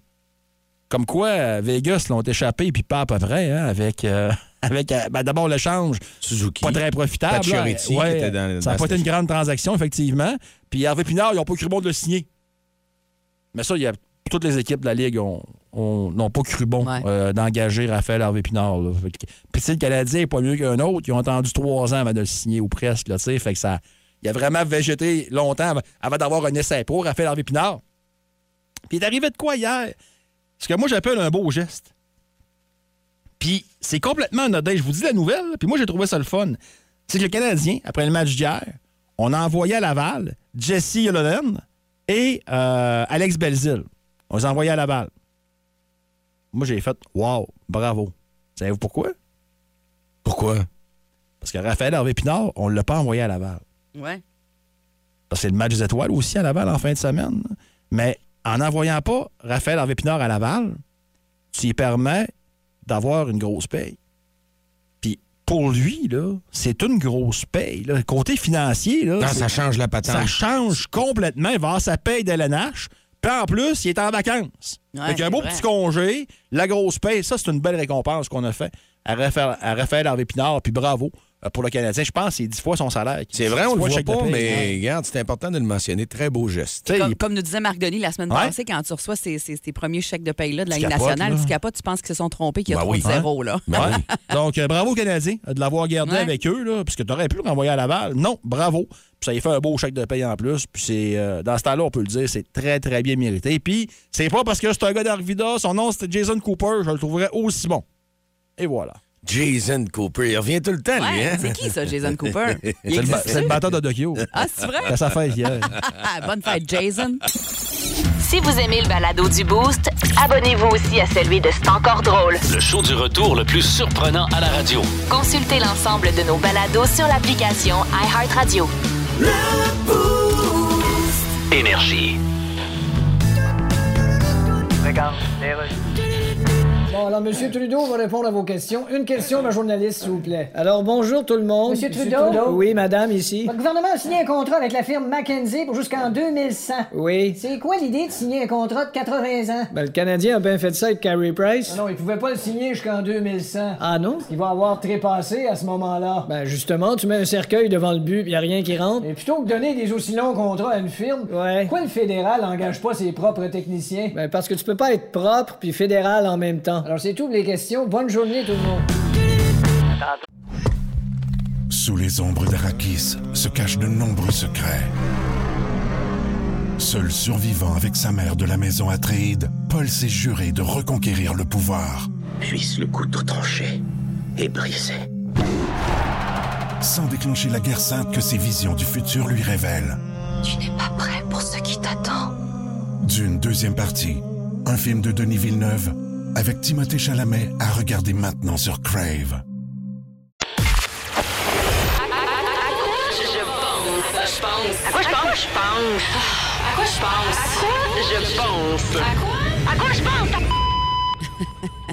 [SPEAKER 5] Comme quoi, euh, Vegas l'ont échappé, puis pas à peu près, hein, avec, euh, <laughs> avec euh, ben, d'abord l'échange
[SPEAKER 3] Suzuki.
[SPEAKER 5] pas très profitable. là.
[SPEAKER 3] Pacioretty,
[SPEAKER 5] Ouais,
[SPEAKER 3] qui était dans-
[SPEAKER 5] ça n'a
[SPEAKER 3] dans
[SPEAKER 5] pas
[SPEAKER 3] cette
[SPEAKER 5] été une grande transaction, effectivement. Puis Hervé Pinard, ils n'ont pas cru bon de le signer. Mais ça, il y a, toutes les équipes de la Ligue ont- ont- n'ont pas cru bon
[SPEAKER 4] Ouais.
[SPEAKER 5] euh, d'engager Raphaël Hervé Pinard. là. Fait que- Puis si le Canadien n'est pas mieux qu'un autre, ils ont attendu trois ans avant de le signer, ou presque. Là, tu sais. fait que ça, il a vraiment végété longtemps avant, avant d'avoir un essai pro, Raphaël Hervé Pinard. Puis il est arrivé de quoi hier? Ce que moi, j'appelle un beau geste. Puis c'est complètement anodin. Je vous dis la nouvelle, puis moi j'ai trouvé ça le fun. C'est que le Canadien, après le match d'hier, on a envoyé à Laval Jesse Yolonen et euh, Alex Belzil. On les a envoyés à Laval. Moi j'ai fait Wow, bravo. Savez-vous pourquoi?
[SPEAKER 3] Pourquoi?
[SPEAKER 5] Parce que Raphaël Hervé Pinard, on ne l'a pas envoyé à Laval.
[SPEAKER 4] Ouais.
[SPEAKER 5] Parce que c'est le match des étoiles aussi à Laval en fin de semaine. Mais en n'envoyant pas Raphaël Hervé Pinard à Laval, tu lui permets d'avoir une grosse paye. Puis pour lui, là, c'est une grosse paye. là. Côté financier, là,
[SPEAKER 3] Non,
[SPEAKER 5] c'est-
[SPEAKER 3] ça change la patente.
[SPEAKER 5] ça change complètement. Il va avoir sa paye de LNH. Puis en plus, il est en vacances.
[SPEAKER 4] Ouais,
[SPEAKER 5] fait qu'il y a un
[SPEAKER 4] c'est
[SPEAKER 5] beau
[SPEAKER 4] vrai.
[SPEAKER 5] petit congé, la grosse paye. Ça, c'est une belle récompense qu'on a fait à Raphaël, à Raphaël Harvey Pinard. Puis bravo euh, pour le Canadien. Je pense que c'est 10 fois son salaire.
[SPEAKER 3] C'est vrai, on le hein.
[SPEAKER 5] Dix fois
[SPEAKER 3] voit
[SPEAKER 5] chèque de
[SPEAKER 3] pas,
[SPEAKER 5] paye. hein.
[SPEAKER 3] mais regarde, c'est important de le mentionner. Très beau geste.
[SPEAKER 5] Tu sais,
[SPEAKER 4] Comme,
[SPEAKER 5] il-
[SPEAKER 4] comme nous disait Marc Denis la semaine
[SPEAKER 5] Ouais.
[SPEAKER 4] passée, quand tu reçois ces- ces- tes premiers chèques de paye-là de la
[SPEAKER 5] Tu
[SPEAKER 4] Ligue
[SPEAKER 5] capotes,
[SPEAKER 4] nationale,
[SPEAKER 5] là.
[SPEAKER 4] tu capotes, tu penses qu'ils se sont trompés, qu'il y a
[SPEAKER 3] Ben
[SPEAKER 4] trop
[SPEAKER 3] oui.
[SPEAKER 4] de zéros, là.
[SPEAKER 5] Ouais. Donc, euh, bravo aux Canadiens euh, de l'avoir gardé
[SPEAKER 4] Ouais.
[SPEAKER 5] avec eux, là, parce que tu aurais pu le renvoyer à Laval. Non, bravo. Puis ça y fait un beau chèque de paye en plus. Puis c'est, euh, dans ce temps-là, on peut le dire, c'est très, très bien mérité. Puis c'est pas parce que c'est un gars d'Arvida, son nom c'était Jason Cooper, je le trouverais aussi bon. Et voilà.
[SPEAKER 3] Jason Cooper, il revient tout le temps, lui,
[SPEAKER 4] Ouais,
[SPEAKER 3] hein?
[SPEAKER 4] c'est qui ça, Jason
[SPEAKER 5] <laughs>
[SPEAKER 4] Cooper? Il
[SPEAKER 5] C'est le, ba-
[SPEAKER 4] existe-tu?
[SPEAKER 5] c'est le batteur de Tokyo.
[SPEAKER 4] Ah, c'est vrai?
[SPEAKER 5] Ça fait hier.
[SPEAKER 4] Ah, bonne fête, Jason.
[SPEAKER 1] Si vous aimez le balado du Boost, abonnez-vous aussi à celui de C'est encore drôle.
[SPEAKER 2] Le show du retour le plus surprenant à la radio.
[SPEAKER 1] Consultez l'ensemble de nos balados sur l'application iHeartRadio.
[SPEAKER 2] Énergie.
[SPEAKER 9] Bon, alors, M. Trudeau va répondre à vos questions. Une question, ma journaliste, s'il vous plaît. Alors, bonjour tout le monde. M. Trudeau? Oui, madame, ici. Le gouvernement a signé un contrat avec la firme McKenzie pour jusqu'en 2100. Oui. C'est quoi l'idée de signer un contrat de 80 ans? Ben, le Canadien a bien fait ça avec Carey Price. Non, il pouvait pas le signer jusqu'en 2100. Ah non? Il va avoir trépassé à ce moment-là. Ben, justement, tu mets un cercueil devant le but, il y a rien qui rentre. Et plutôt que donner des aussi longs contrats à une firme, pourquoi le fédéral n'engage pas ses propres techniciens? Ben, parce que tu peux pas être propre puis fédéral en même temps. Alors, c'est toutes les questions. Bonne journée, tout le monde.
[SPEAKER 10] Sous les ombres d'Arakis se cachent de nombreux secrets. Seul survivant avec sa mère de la maison Atréide, Paul s'est juré de reconquérir le pouvoir.
[SPEAKER 11] puisse le couteau tranché et brisé.
[SPEAKER 10] sans déclencher la guerre sainte que ses visions du futur lui révèlent.
[SPEAKER 11] Tu n'es pas prêt pour ce qui t'attend.
[SPEAKER 10] D'une deuxième partie, un film de Denis Villeneuve avec Timothée Chalamet à regarder maintenant sur Crave.
[SPEAKER 3] <laughs>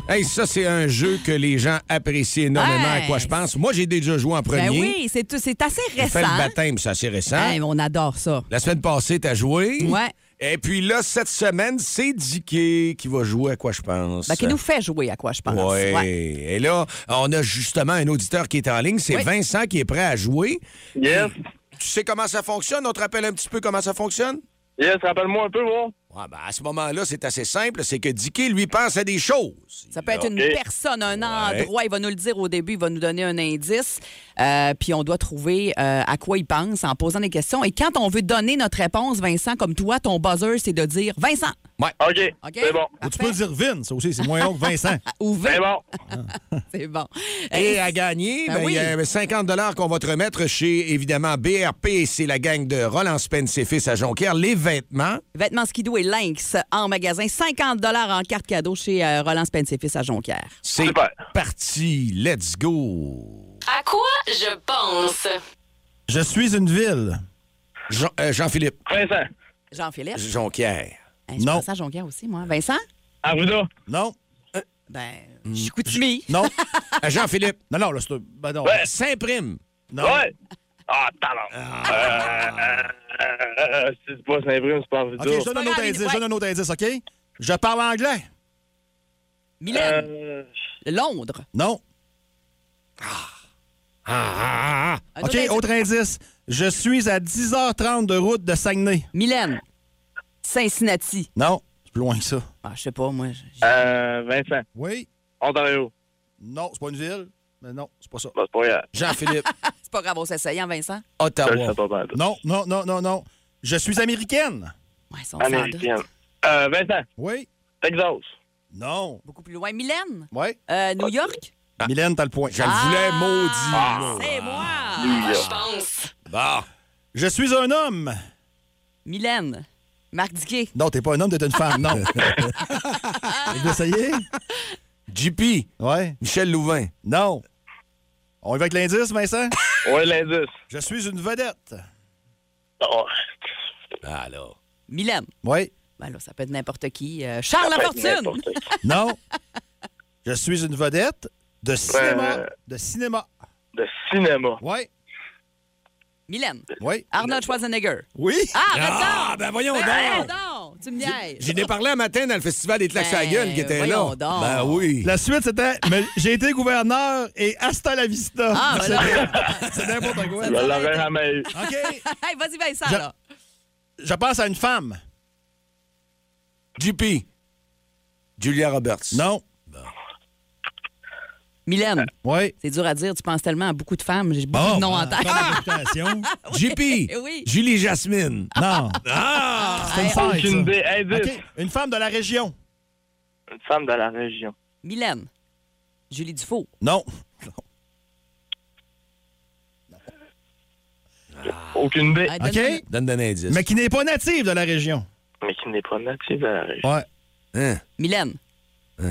[SPEAKER 3] Hey, ça, c'est un jeu que les gens apprécient énormément,
[SPEAKER 4] Ouais.
[SPEAKER 3] à quoi je pense. Moi, j'ai déjà joué en premier.
[SPEAKER 4] Ben oui, c'est tout- c'est assez
[SPEAKER 3] J'ai fait le
[SPEAKER 5] hein?
[SPEAKER 4] récent.
[SPEAKER 3] baptême, c'est assez récent.
[SPEAKER 5] Ben
[SPEAKER 4] Hey, on adore ça.
[SPEAKER 3] La semaine passée, t'as joué.
[SPEAKER 4] Ouais.
[SPEAKER 3] Et puis là, cette semaine, c'est Dicky qui va jouer à quoi je pense.
[SPEAKER 4] Ben, qui nous fait jouer à quoi je pense.
[SPEAKER 3] Ouais.
[SPEAKER 4] Ouais.
[SPEAKER 3] Et là, on a justement un auditeur qui est en ligne. C'est
[SPEAKER 4] Oui.
[SPEAKER 3] Vincent qui est prêt à jouer.
[SPEAKER 6] Yes,
[SPEAKER 3] Tu sais comment ça fonctionne? On te rappelle un petit peu comment ça fonctionne?
[SPEAKER 6] yes, rappelle-moi un peu, moi.
[SPEAKER 3] Ouais, ben, à ce moment-là, c'est assez simple. C'est que Dicky, lui, pense à des choses.
[SPEAKER 4] Ça peut être une
[SPEAKER 6] Ok.
[SPEAKER 4] personne, un
[SPEAKER 3] Ouais.
[SPEAKER 4] endroit. Il va nous le dire au début, il va nous donner un indice. Euh, puis on doit trouver euh, à quoi il pense en posant des questions. Et quand on veut donner notre réponse, Vincent, comme toi, ton buzzer, c'est de dire Vincent.
[SPEAKER 3] Ouais.
[SPEAKER 6] OK.
[SPEAKER 4] OK?
[SPEAKER 6] C'est bon.
[SPEAKER 5] Ou tu peux dire Vin, ça aussi, c'est moins long que Vincent.
[SPEAKER 4] Ou vingt.
[SPEAKER 6] C'est bon.
[SPEAKER 4] C'est bon.
[SPEAKER 3] <laughs> Et
[SPEAKER 4] Euh,
[SPEAKER 3] à gagner,
[SPEAKER 4] Ben
[SPEAKER 3] ben, il y a 50 qu'on va te remettre chez, évidemment, BRP. C'est la gang de Roland Spence et fils à Jonquière. Les vêtements.
[SPEAKER 4] Vêtements Skidoo et Lynx en magasin. 50 en carte cadeau chez euh, Roland Spence et Fils à Jonquière.
[SPEAKER 3] C'est
[SPEAKER 6] Super.
[SPEAKER 3] parti. Let's go.
[SPEAKER 1] À quoi je pense?
[SPEAKER 5] Je suis une ville.
[SPEAKER 3] Jean- euh, Jean-Philippe
[SPEAKER 6] Vincent.
[SPEAKER 4] Jean-Philippe?
[SPEAKER 3] Jonquière.
[SPEAKER 4] Hey, je
[SPEAKER 5] Non.
[SPEAKER 4] pense à Jonquière aussi, moi. Vincent?
[SPEAKER 6] Arruda.
[SPEAKER 5] Non,
[SPEAKER 4] Ben, je suis coutumier.
[SPEAKER 5] Mm. non,
[SPEAKER 3] Euh, Jean-Philippe.
[SPEAKER 5] non, non, là, c'est. Ben non.
[SPEAKER 6] Ouais.
[SPEAKER 3] Saint-Prime.
[SPEAKER 5] non.
[SPEAKER 6] Ouais. Ah, talent. Euh, euh, euh, c'est pas Saint-Bruno, c'est pas Arruda.
[SPEAKER 5] Ah. OK, je donne
[SPEAKER 4] pas
[SPEAKER 5] un autre
[SPEAKER 4] grave,
[SPEAKER 5] indice,
[SPEAKER 4] ouais.
[SPEAKER 5] je donne un autre indice, OK? Je parle anglais.
[SPEAKER 4] Mylène,
[SPEAKER 6] Euh,
[SPEAKER 4] Londres. Ah.
[SPEAKER 5] Non. Ah,
[SPEAKER 4] Un
[SPEAKER 5] OK,
[SPEAKER 4] autre indice.
[SPEAKER 5] autre indice. Je suis à 10h30 de route de Saguenay.
[SPEAKER 4] Mylène, Cincinnati.
[SPEAKER 5] Non, c'est plus loin que ça.
[SPEAKER 4] Ah, je sais pas, moi. j- j-
[SPEAKER 6] euh, Vincent.
[SPEAKER 5] Oui.
[SPEAKER 6] Ontario.
[SPEAKER 5] Non, c'est pas une ville. Mais non, c'est pas ça.
[SPEAKER 6] Bah, c'est pas grave.
[SPEAKER 3] Jean-Philippe.
[SPEAKER 4] C'est pas grave, on s'essaye, hein, Vincent?
[SPEAKER 6] Je le
[SPEAKER 3] Ottawa.
[SPEAKER 6] sais pas mal.
[SPEAKER 5] Non, non, non, non, non. Je suis américaine.
[SPEAKER 4] Ouais, ça, on s'en doute.
[SPEAKER 6] Américaine. Euh, Vincent.
[SPEAKER 5] Oui.
[SPEAKER 6] Texas.
[SPEAKER 5] Non.
[SPEAKER 4] Beaucoup plus loin. Mylène,
[SPEAKER 5] Oui.
[SPEAKER 4] euh, New York.
[SPEAKER 5] Mylène, t'as le point.
[SPEAKER 3] Ah. Je le voulais, maudit.
[SPEAKER 4] Ah, c'est moi.
[SPEAKER 1] Je pense.
[SPEAKER 3] Bah.
[SPEAKER 5] Je suis un homme.
[SPEAKER 4] Mylène, Marc Diquet.
[SPEAKER 5] Non, t'es pas un homme, t'es une femme, non. Vous essayez?
[SPEAKER 3] JP.
[SPEAKER 5] Oui.
[SPEAKER 3] Michel Louvain.
[SPEAKER 5] Non. On y va avec l'indice, Vincent?
[SPEAKER 6] Ouais, l'indice.
[SPEAKER 5] Je suis une vedette.
[SPEAKER 6] Oh.
[SPEAKER 3] Ah, là.
[SPEAKER 4] Mylène.
[SPEAKER 5] Oui.
[SPEAKER 4] Ben là, ça peut être n'importe qui. Euh, Charles
[SPEAKER 6] Ça peut être
[SPEAKER 4] Lafortune.
[SPEAKER 6] n'importe qui.
[SPEAKER 5] Non. Je suis une vedette de cinéma.
[SPEAKER 6] Euh.
[SPEAKER 5] De cinéma.
[SPEAKER 6] De cinéma.
[SPEAKER 5] Oui.
[SPEAKER 4] Mylène,
[SPEAKER 5] Oui.
[SPEAKER 4] Arnold Schwarzenegger.
[SPEAKER 5] Oui.
[SPEAKER 4] Ah, arrête donc!
[SPEAKER 3] ben voyons
[SPEAKER 4] Ben,
[SPEAKER 3] donc.
[SPEAKER 4] arrête donc! Tu me niaises.
[SPEAKER 3] J'en ai parlé un matin dans le festival des claques à la gueule qui était là.
[SPEAKER 4] voyons donc.
[SPEAKER 3] Ben oui.
[SPEAKER 5] La suite, c'était mais J'ai été gouverneur et hasta la vista.
[SPEAKER 4] Ah,
[SPEAKER 3] Ben
[SPEAKER 4] voilà.
[SPEAKER 5] C'est n'importe quoi.
[SPEAKER 6] Je l'aurais jamais eu.
[SPEAKER 4] <laughs>
[SPEAKER 5] OK.
[SPEAKER 4] hey, vas-y, Vincent,
[SPEAKER 5] Je-
[SPEAKER 4] là.
[SPEAKER 5] Je pense à une femme.
[SPEAKER 3] JP. Julia Roberts.
[SPEAKER 5] Non.
[SPEAKER 4] Mylène,
[SPEAKER 5] Oui. Ah.
[SPEAKER 4] c'est dur à dire. Tu penses tellement à beaucoup de femmes. J'ai beaucoup de noms en tête.
[SPEAKER 3] JP.
[SPEAKER 4] <laughs> Oui. Ah.
[SPEAKER 3] Julie Jasmine.
[SPEAKER 5] Non. Ah. C'est une fête,
[SPEAKER 6] Aucune
[SPEAKER 5] ça.
[SPEAKER 6] idée. Indice.
[SPEAKER 5] OK. Une femme de la région.
[SPEAKER 6] Une femme de la région.
[SPEAKER 4] Mylène, Julie Dufault.
[SPEAKER 5] Non.
[SPEAKER 6] Aucune
[SPEAKER 3] Eh,
[SPEAKER 6] idée.
[SPEAKER 4] Hey, donne-
[SPEAKER 5] OK.
[SPEAKER 3] Donne un indice.
[SPEAKER 5] Mais qui n'est pas native de la région.
[SPEAKER 6] Mais qui n'est pas native de la région.
[SPEAKER 5] Ouais.
[SPEAKER 3] Hein?
[SPEAKER 4] Mylène.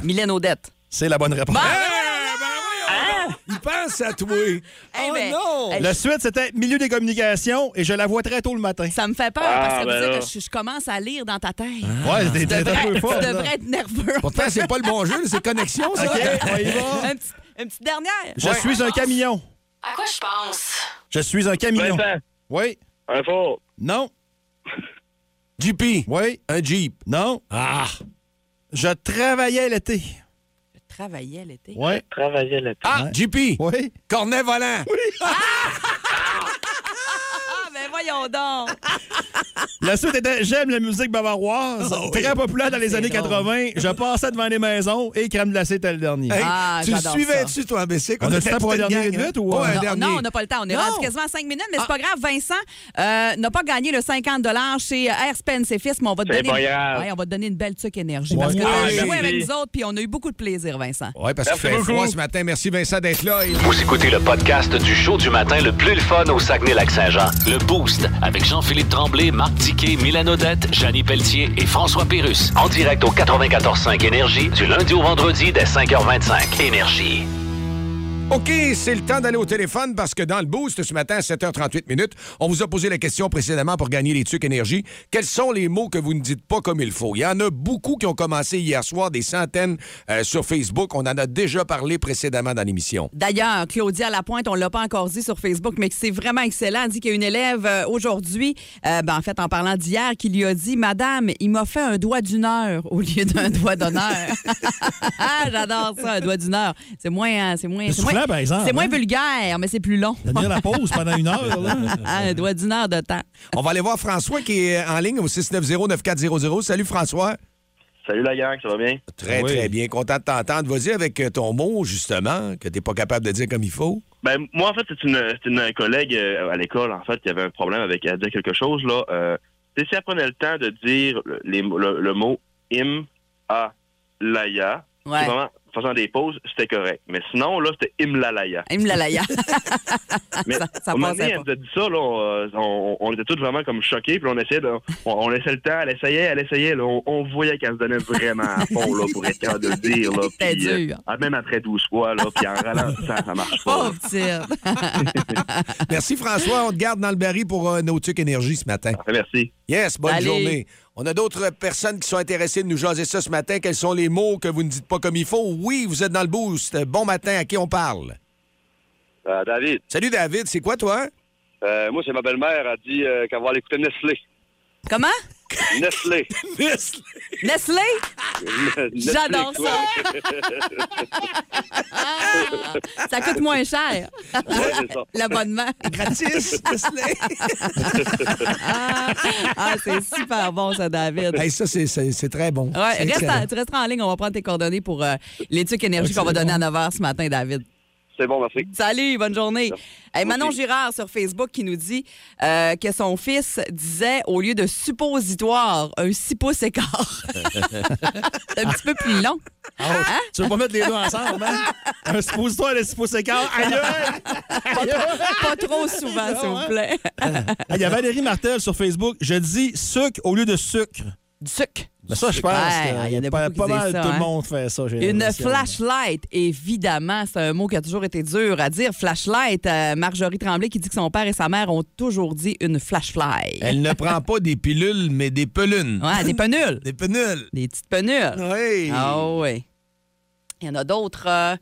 [SPEAKER 4] Mylène Odette.
[SPEAKER 5] C'est la bonne réponse.
[SPEAKER 4] Bon,
[SPEAKER 3] Eh, Hein.
[SPEAKER 4] bah,
[SPEAKER 3] ben voyons donc. Il pense à toi.
[SPEAKER 4] Eh
[SPEAKER 3] oh
[SPEAKER 4] ben,
[SPEAKER 3] non.
[SPEAKER 4] hey,
[SPEAKER 5] La suite, c'était milieu des communications et je la vois très tôt le matin.
[SPEAKER 4] ça me fait peur
[SPEAKER 6] Ah,
[SPEAKER 4] parce que,
[SPEAKER 6] ben
[SPEAKER 4] vous dites
[SPEAKER 6] là.
[SPEAKER 4] que je, je commence à lire dans ta tête.
[SPEAKER 5] Ouais, c'était
[SPEAKER 4] Tu
[SPEAKER 5] c'était un peu
[SPEAKER 4] devrais,
[SPEAKER 5] fort.
[SPEAKER 4] tu
[SPEAKER 5] là.
[SPEAKER 4] devrais être nerveux.
[SPEAKER 3] Pourtant, c'est pas le bon jeu, c'est connexion, ça.
[SPEAKER 5] OK, on y va.
[SPEAKER 4] <laughs> Un petit- Une petite dernière.
[SPEAKER 5] Je suis un camion.
[SPEAKER 1] À quoi je pense?
[SPEAKER 5] Je suis un camion.
[SPEAKER 6] Vincent.
[SPEAKER 5] Oui.
[SPEAKER 6] Un fort.
[SPEAKER 5] Non.
[SPEAKER 3] JP.
[SPEAKER 5] Oui.
[SPEAKER 3] Un Jeep.
[SPEAKER 5] Non.
[SPEAKER 3] Ah.
[SPEAKER 5] Je travaillais l'été.
[SPEAKER 4] Je travaillais l'été.
[SPEAKER 5] Oui.
[SPEAKER 6] Travailler là-dessus.
[SPEAKER 3] Ah, JP.
[SPEAKER 5] Oui.
[SPEAKER 3] Cornet volant.
[SPEAKER 4] Ah, ben voyons donc.
[SPEAKER 5] La suite était J'aime la musique bavaroise.
[SPEAKER 3] Ah
[SPEAKER 5] Très populaire dans les années
[SPEAKER 4] drôle.
[SPEAKER 5] 80. Je passais devant les maisons et crème glacée était le dernier.
[SPEAKER 3] Hey,
[SPEAKER 4] Ah,
[SPEAKER 3] tu le
[SPEAKER 4] j'adore
[SPEAKER 3] suivais-tu, toi, hein, imbécile?
[SPEAKER 5] On a du
[SPEAKER 3] était
[SPEAKER 5] temps pour
[SPEAKER 3] toute
[SPEAKER 5] un
[SPEAKER 3] une
[SPEAKER 5] dernier Ah.
[SPEAKER 3] gang,
[SPEAKER 5] vite
[SPEAKER 3] hein?
[SPEAKER 5] ou, euh,
[SPEAKER 3] Ouais, un
[SPEAKER 4] Non,
[SPEAKER 3] dernier.
[SPEAKER 4] non, on n'a pas le temps. On est
[SPEAKER 3] Non.
[SPEAKER 4] rendu quasiment à 5 minutes, mais c'est pas grave. Vincent euh, n'a pas gagné le 50 chez euh, Air Spence et Fils, mais on va te
[SPEAKER 6] C'est
[SPEAKER 4] donner.
[SPEAKER 6] pas grave.
[SPEAKER 4] Ouais, on va te donner une belle tuque énergie. Parce que
[SPEAKER 5] Ouais.
[SPEAKER 4] tu
[SPEAKER 6] Ouais,
[SPEAKER 4] as joué
[SPEAKER 6] merci.
[SPEAKER 4] avec nous autres, puis on a eu beaucoup de plaisir, Vincent.
[SPEAKER 3] Oui, parce qu'il
[SPEAKER 6] Merci
[SPEAKER 3] fait
[SPEAKER 6] beaucoup.
[SPEAKER 3] froid ce matin. Merci, Vincent, d'être là. Et-
[SPEAKER 2] Vous écoutez le podcast du show du matin le plus le fun au Saguenay-Lac-Saint-Jean. Le Boost avec Jean-Philippe Tremblay, Marc Tiquet, Milan Odette, Janine Pelletier et François Pérus. En direct au 94.5 Énergie du lundi au vendredi dès 5h25. Énergie.
[SPEAKER 3] OK, c'est le temps d'aller au téléphone parce que dans le boost ce matin à 7h38 minutes, on vous a posé la question précédemment pour gagner les trucs énergie. Quels sont les mots que vous ne dites pas comme il faut? Il y en a beaucoup qui ont commencé hier soir, des centaines euh, sur Facebook. On en a déjà parlé précédemment dans l'émission.
[SPEAKER 4] D'ailleurs, Claudia Lapointe, on l'a pas encore dit sur Facebook, mais que c'est vraiment excellent. Elle dit qu'il y a une élève euh, aujourd'hui, euh, ben, en fait, en parlant d'hier, qui lui a dit Madame, il m'a fait un doigt d'une heure au lieu d'un <laughs> doigt d'honneur. Ah, J'adore ça, un doigt d'une heure. C'est moins, hein, c'est moins,
[SPEAKER 5] C'est
[SPEAKER 4] c'est moins,
[SPEAKER 5] soufflant, par exemple,
[SPEAKER 4] c'est moins
[SPEAKER 5] hein?
[SPEAKER 4] vulgaire, mais c'est plus long. <laughs>
[SPEAKER 5] Tenir la pause pendant une heure. là.
[SPEAKER 4] Ah, un doigt d'une heure de temps.
[SPEAKER 3] On va aller voir François qui est en ligne au 690-9400. Salut François.
[SPEAKER 6] Salut la gang, ça va bien?
[SPEAKER 3] Très,
[SPEAKER 5] Oui.
[SPEAKER 3] très bien. Content de t'entendre. Vas-y avec euh, ton mot, justement, que t'es pas capable de dire comme il faut.
[SPEAKER 6] Ben, moi, en fait, c'est une, c'est une collègue euh, à l'école, en fait, qui avait un problème avec, elle disait quelque chose, là. Euh, tu sais, si elle prenait le temps de dire le, les- le- le mot im, a, laya.
[SPEAKER 4] Ouais.
[SPEAKER 6] Vraiment, en faisant des pauses, c'était correct. Mais sinon, là, c'était im, la, laya.
[SPEAKER 4] <laughs> Imlalaya.
[SPEAKER 6] Mais
[SPEAKER 4] ça ça
[SPEAKER 6] au moment donné,
[SPEAKER 4] passait
[SPEAKER 6] elle
[SPEAKER 4] pas.
[SPEAKER 6] nous a dit ça, là, on, euh, on- on était tous vraiment comme choqués, puis on essayait, de- on, on laissait le temps, elle essayait, elle essayait, là, on, on voyait qu'elle se donnait vraiment à fond, là, pour être capable de le dire, là,
[SPEAKER 4] C'était
[SPEAKER 6] puis, euh,
[SPEAKER 4] dur.
[SPEAKER 6] ah, même après 12 fois, là, puis en ralentissant, ça marche pas.
[SPEAKER 4] Pauvre petite.
[SPEAKER 3] Merci François, on te garde dans le baril pour euh, nos tucs énergie ce matin.
[SPEAKER 6] Ah, Merci.
[SPEAKER 3] Yes, bonne
[SPEAKER 4] Allez.
[SPEAKER 3] journée. On a d'autres personnes qui sont intéressées de nous jaser ça ce matin. Quels sont les mots que vous ne dites pas comme il faut? Oui, vous êtes dans le boost. Bon matin, à qui on parle?
[SPEAKER 6] David,
[SPEAKER 3] Salut David, c'est quoi toi?
[SPEAKER 6] Euh, moi, c'est ma belle-mère, a dit euh, qu'elle va aller écouter Nestlé.
[SPEAKER 4] Comment?
[SPEAKER 6] Nestlé.
[SPEAKER 4] Nestlé? J'adore ça. Ah! Ça coûte moins cher.
[SPEAKER 6] <laughs>
[SPEAKER 4] L'abonnement. <laughs>
[SPEAKER 3] Gratis,
[SPEAKER 4] Ah, c'est super bon, ça, David.
[SPEAKER 3] Hey, ça, c'est- c'est c'est très bon.
[SPEAKER 4] Ouais,
[SPEAKER 3] C'est
[SPEAKER 4] reste
[SPEAKER 3] excellent.
[SPEAKER 4] en- tu resteras en ligne. On va prendre tes coordonnées pour euh, l'étude énergie qu'on va donner à 9 h ce matin, David.
[SPEAKER 6] C'est bon, merci.
[SPEAKER 4] Salut, bonne journée. Hey, Manon
[SPEAKER 6] Merci.
[SPEAKER 4] Girard sur Facebook qui nous dit euh, que son fils disait, au lieu de suppositoire, un 6 pouces écart. <laughs> C'est un petit peu plus long. Hein?
[SPEAKER 7] Ah Tu veux pas mettre les deux ensemble, <laughs> hein? Un suppositoire et un suppositoire. Aïe, aïe!
[SPEAKER 4] Pas trop souvent, s'il vous plaît.
[SPEAKER 7] Ah, Il y a Valérie Martel sur Facebook. Je dis sucre au lieu de sucre.
[SPEAKER 4] Du sucre.
[SPEAKER 7] Mais ça, je pense
[SPEAKER 4] Ouais,
[SPEAKER 7] que
[SPEAKER 4] il y en a
[SPEAKER 7] pas,
[SPEAKER 4] beaucoup qui
[SPEAKER 7] pas mal
[SPEAKER 4] disent ça,
[SPEAKER 7] tout
[SPEAKER 4] hein.
[SPEAKER 7] le monde fait ça. j'ai
[SPEAKER 4] Une
[SPEAKER 7] l'impression.
[SPEAKER 4] flashlight, évidemment, c'est un mot qui a toujours été dur à dire. Flashlight, euh, Marjorie Tremblay qui dit que son père et sa mère ont toujours dit une flashlight.
[SPEAKER 3] Eh.
[SPEAKER 12] Elle ne prend pas des pilules, mais des pelunes.
[SPEAKER 4] Ouais, des penules,
[SPEAKER 12] Des penules.
[SPEAKER 4] des petites penules.
[SPEAKER 12] Oui.
[SPEAKER 4] Ah oui. Il y en a d'autres. euh,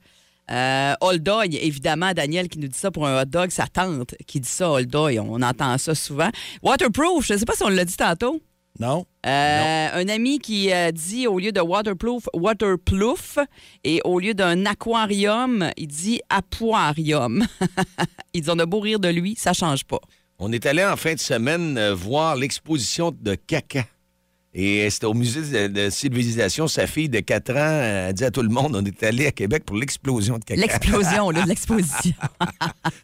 [SPEAKER 4] euh, Old Dog, évidemment, Daniel qui nous dit ça pour un hot dog, sa tante qui dit ça, Old Dog, on entend ça souvent. Waterproof, je ne sais pas si on l'a dit tantôt.
[SPEAKER 7] Non.
[SPEAKER 4] Euh, un ami qui euh, dit au lieu de waterproof, waterproof, et au lieu d'un aquarium, il dit aquarium. <laughs> il dit on a beau rire de lui, ça change pas.
[SPEAKER 12] On est allé en fin de semaine euh, voir l'exposition de caca. Et euh, c'était au musée de, de civilisation. Sa fille de 4 ans euh, a dit à tout le monde on est allé à Québec pour l'explosion de caca.
[SPEAKER 4] L'explosion, là, de l'exposition.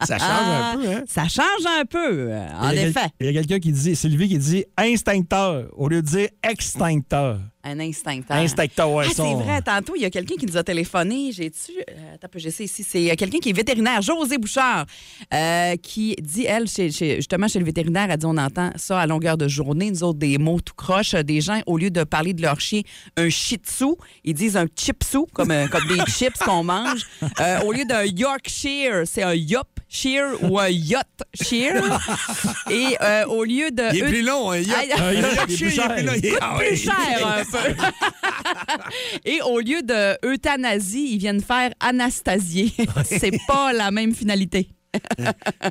[SPEAKER 12] Ça change
[SPEAKER 4] Ah!
[SPEAKER 12] un peu, hein?
[SPEAKER 4] Ça change un peu, euh, en
[SPEAKER 7] Il y a quel-
[SPEAKER 4] effet.
[SPEAKER 7] Il y a quelqu'un qui dit, Sylvie qui dit instincteur au lieu de dire extincteur.
[SPEAKER 4] Un instincteur.
[SPEAKER 7] Instincteur, ouais,
[SPEAKER 4] Ah,
[SPEAKER 7] ça,
[SPEAKER 4] c'est
[SPEAKER 7] on-
[SPEAKER 4] vrai, tantôt, il y a quelqu'un qui nous a téléphoné. J'ai-tu. euh, attends, un peu, j'essaie ici. C'est euh, quelqu'un qui est vétérinaire, José Bouchard, euh, qui dit, elle, chez- chez- justement, chez le vétérinaire, elle dit on entend ça à longueur de journée, nous autres, des mots tout croche. Des gens, au lieu de parler de leur chien, un shih tzu, ils disent un chipsou, comme, euh, comme des chips qu'on mange. Euh, au lieu d'un Yorkshire, c'est un yop. Shear ou un yacht shear. Et euh, au lieu de. Ah,
[SPEAKER 3] Il est plus long, hein, Yop.
[SPEAKER 4] Aïe,
[SPEAKER 7] Un yacht,
[SPEAKER 3] Il est
[SPEAKER 7] il est plus
[SPEAKER 3] plus long, il est- Ah
[SPEAKER 4] plus
[SPEAKER 3] oui.
[SPEAKER 4] cher un peu.
[SPEAKER 3] <laughs>
[SPEAKER 4] Et au lieu de euthanasie, ils viennent faire anastasier. <laughs> C'est pas la même finalité.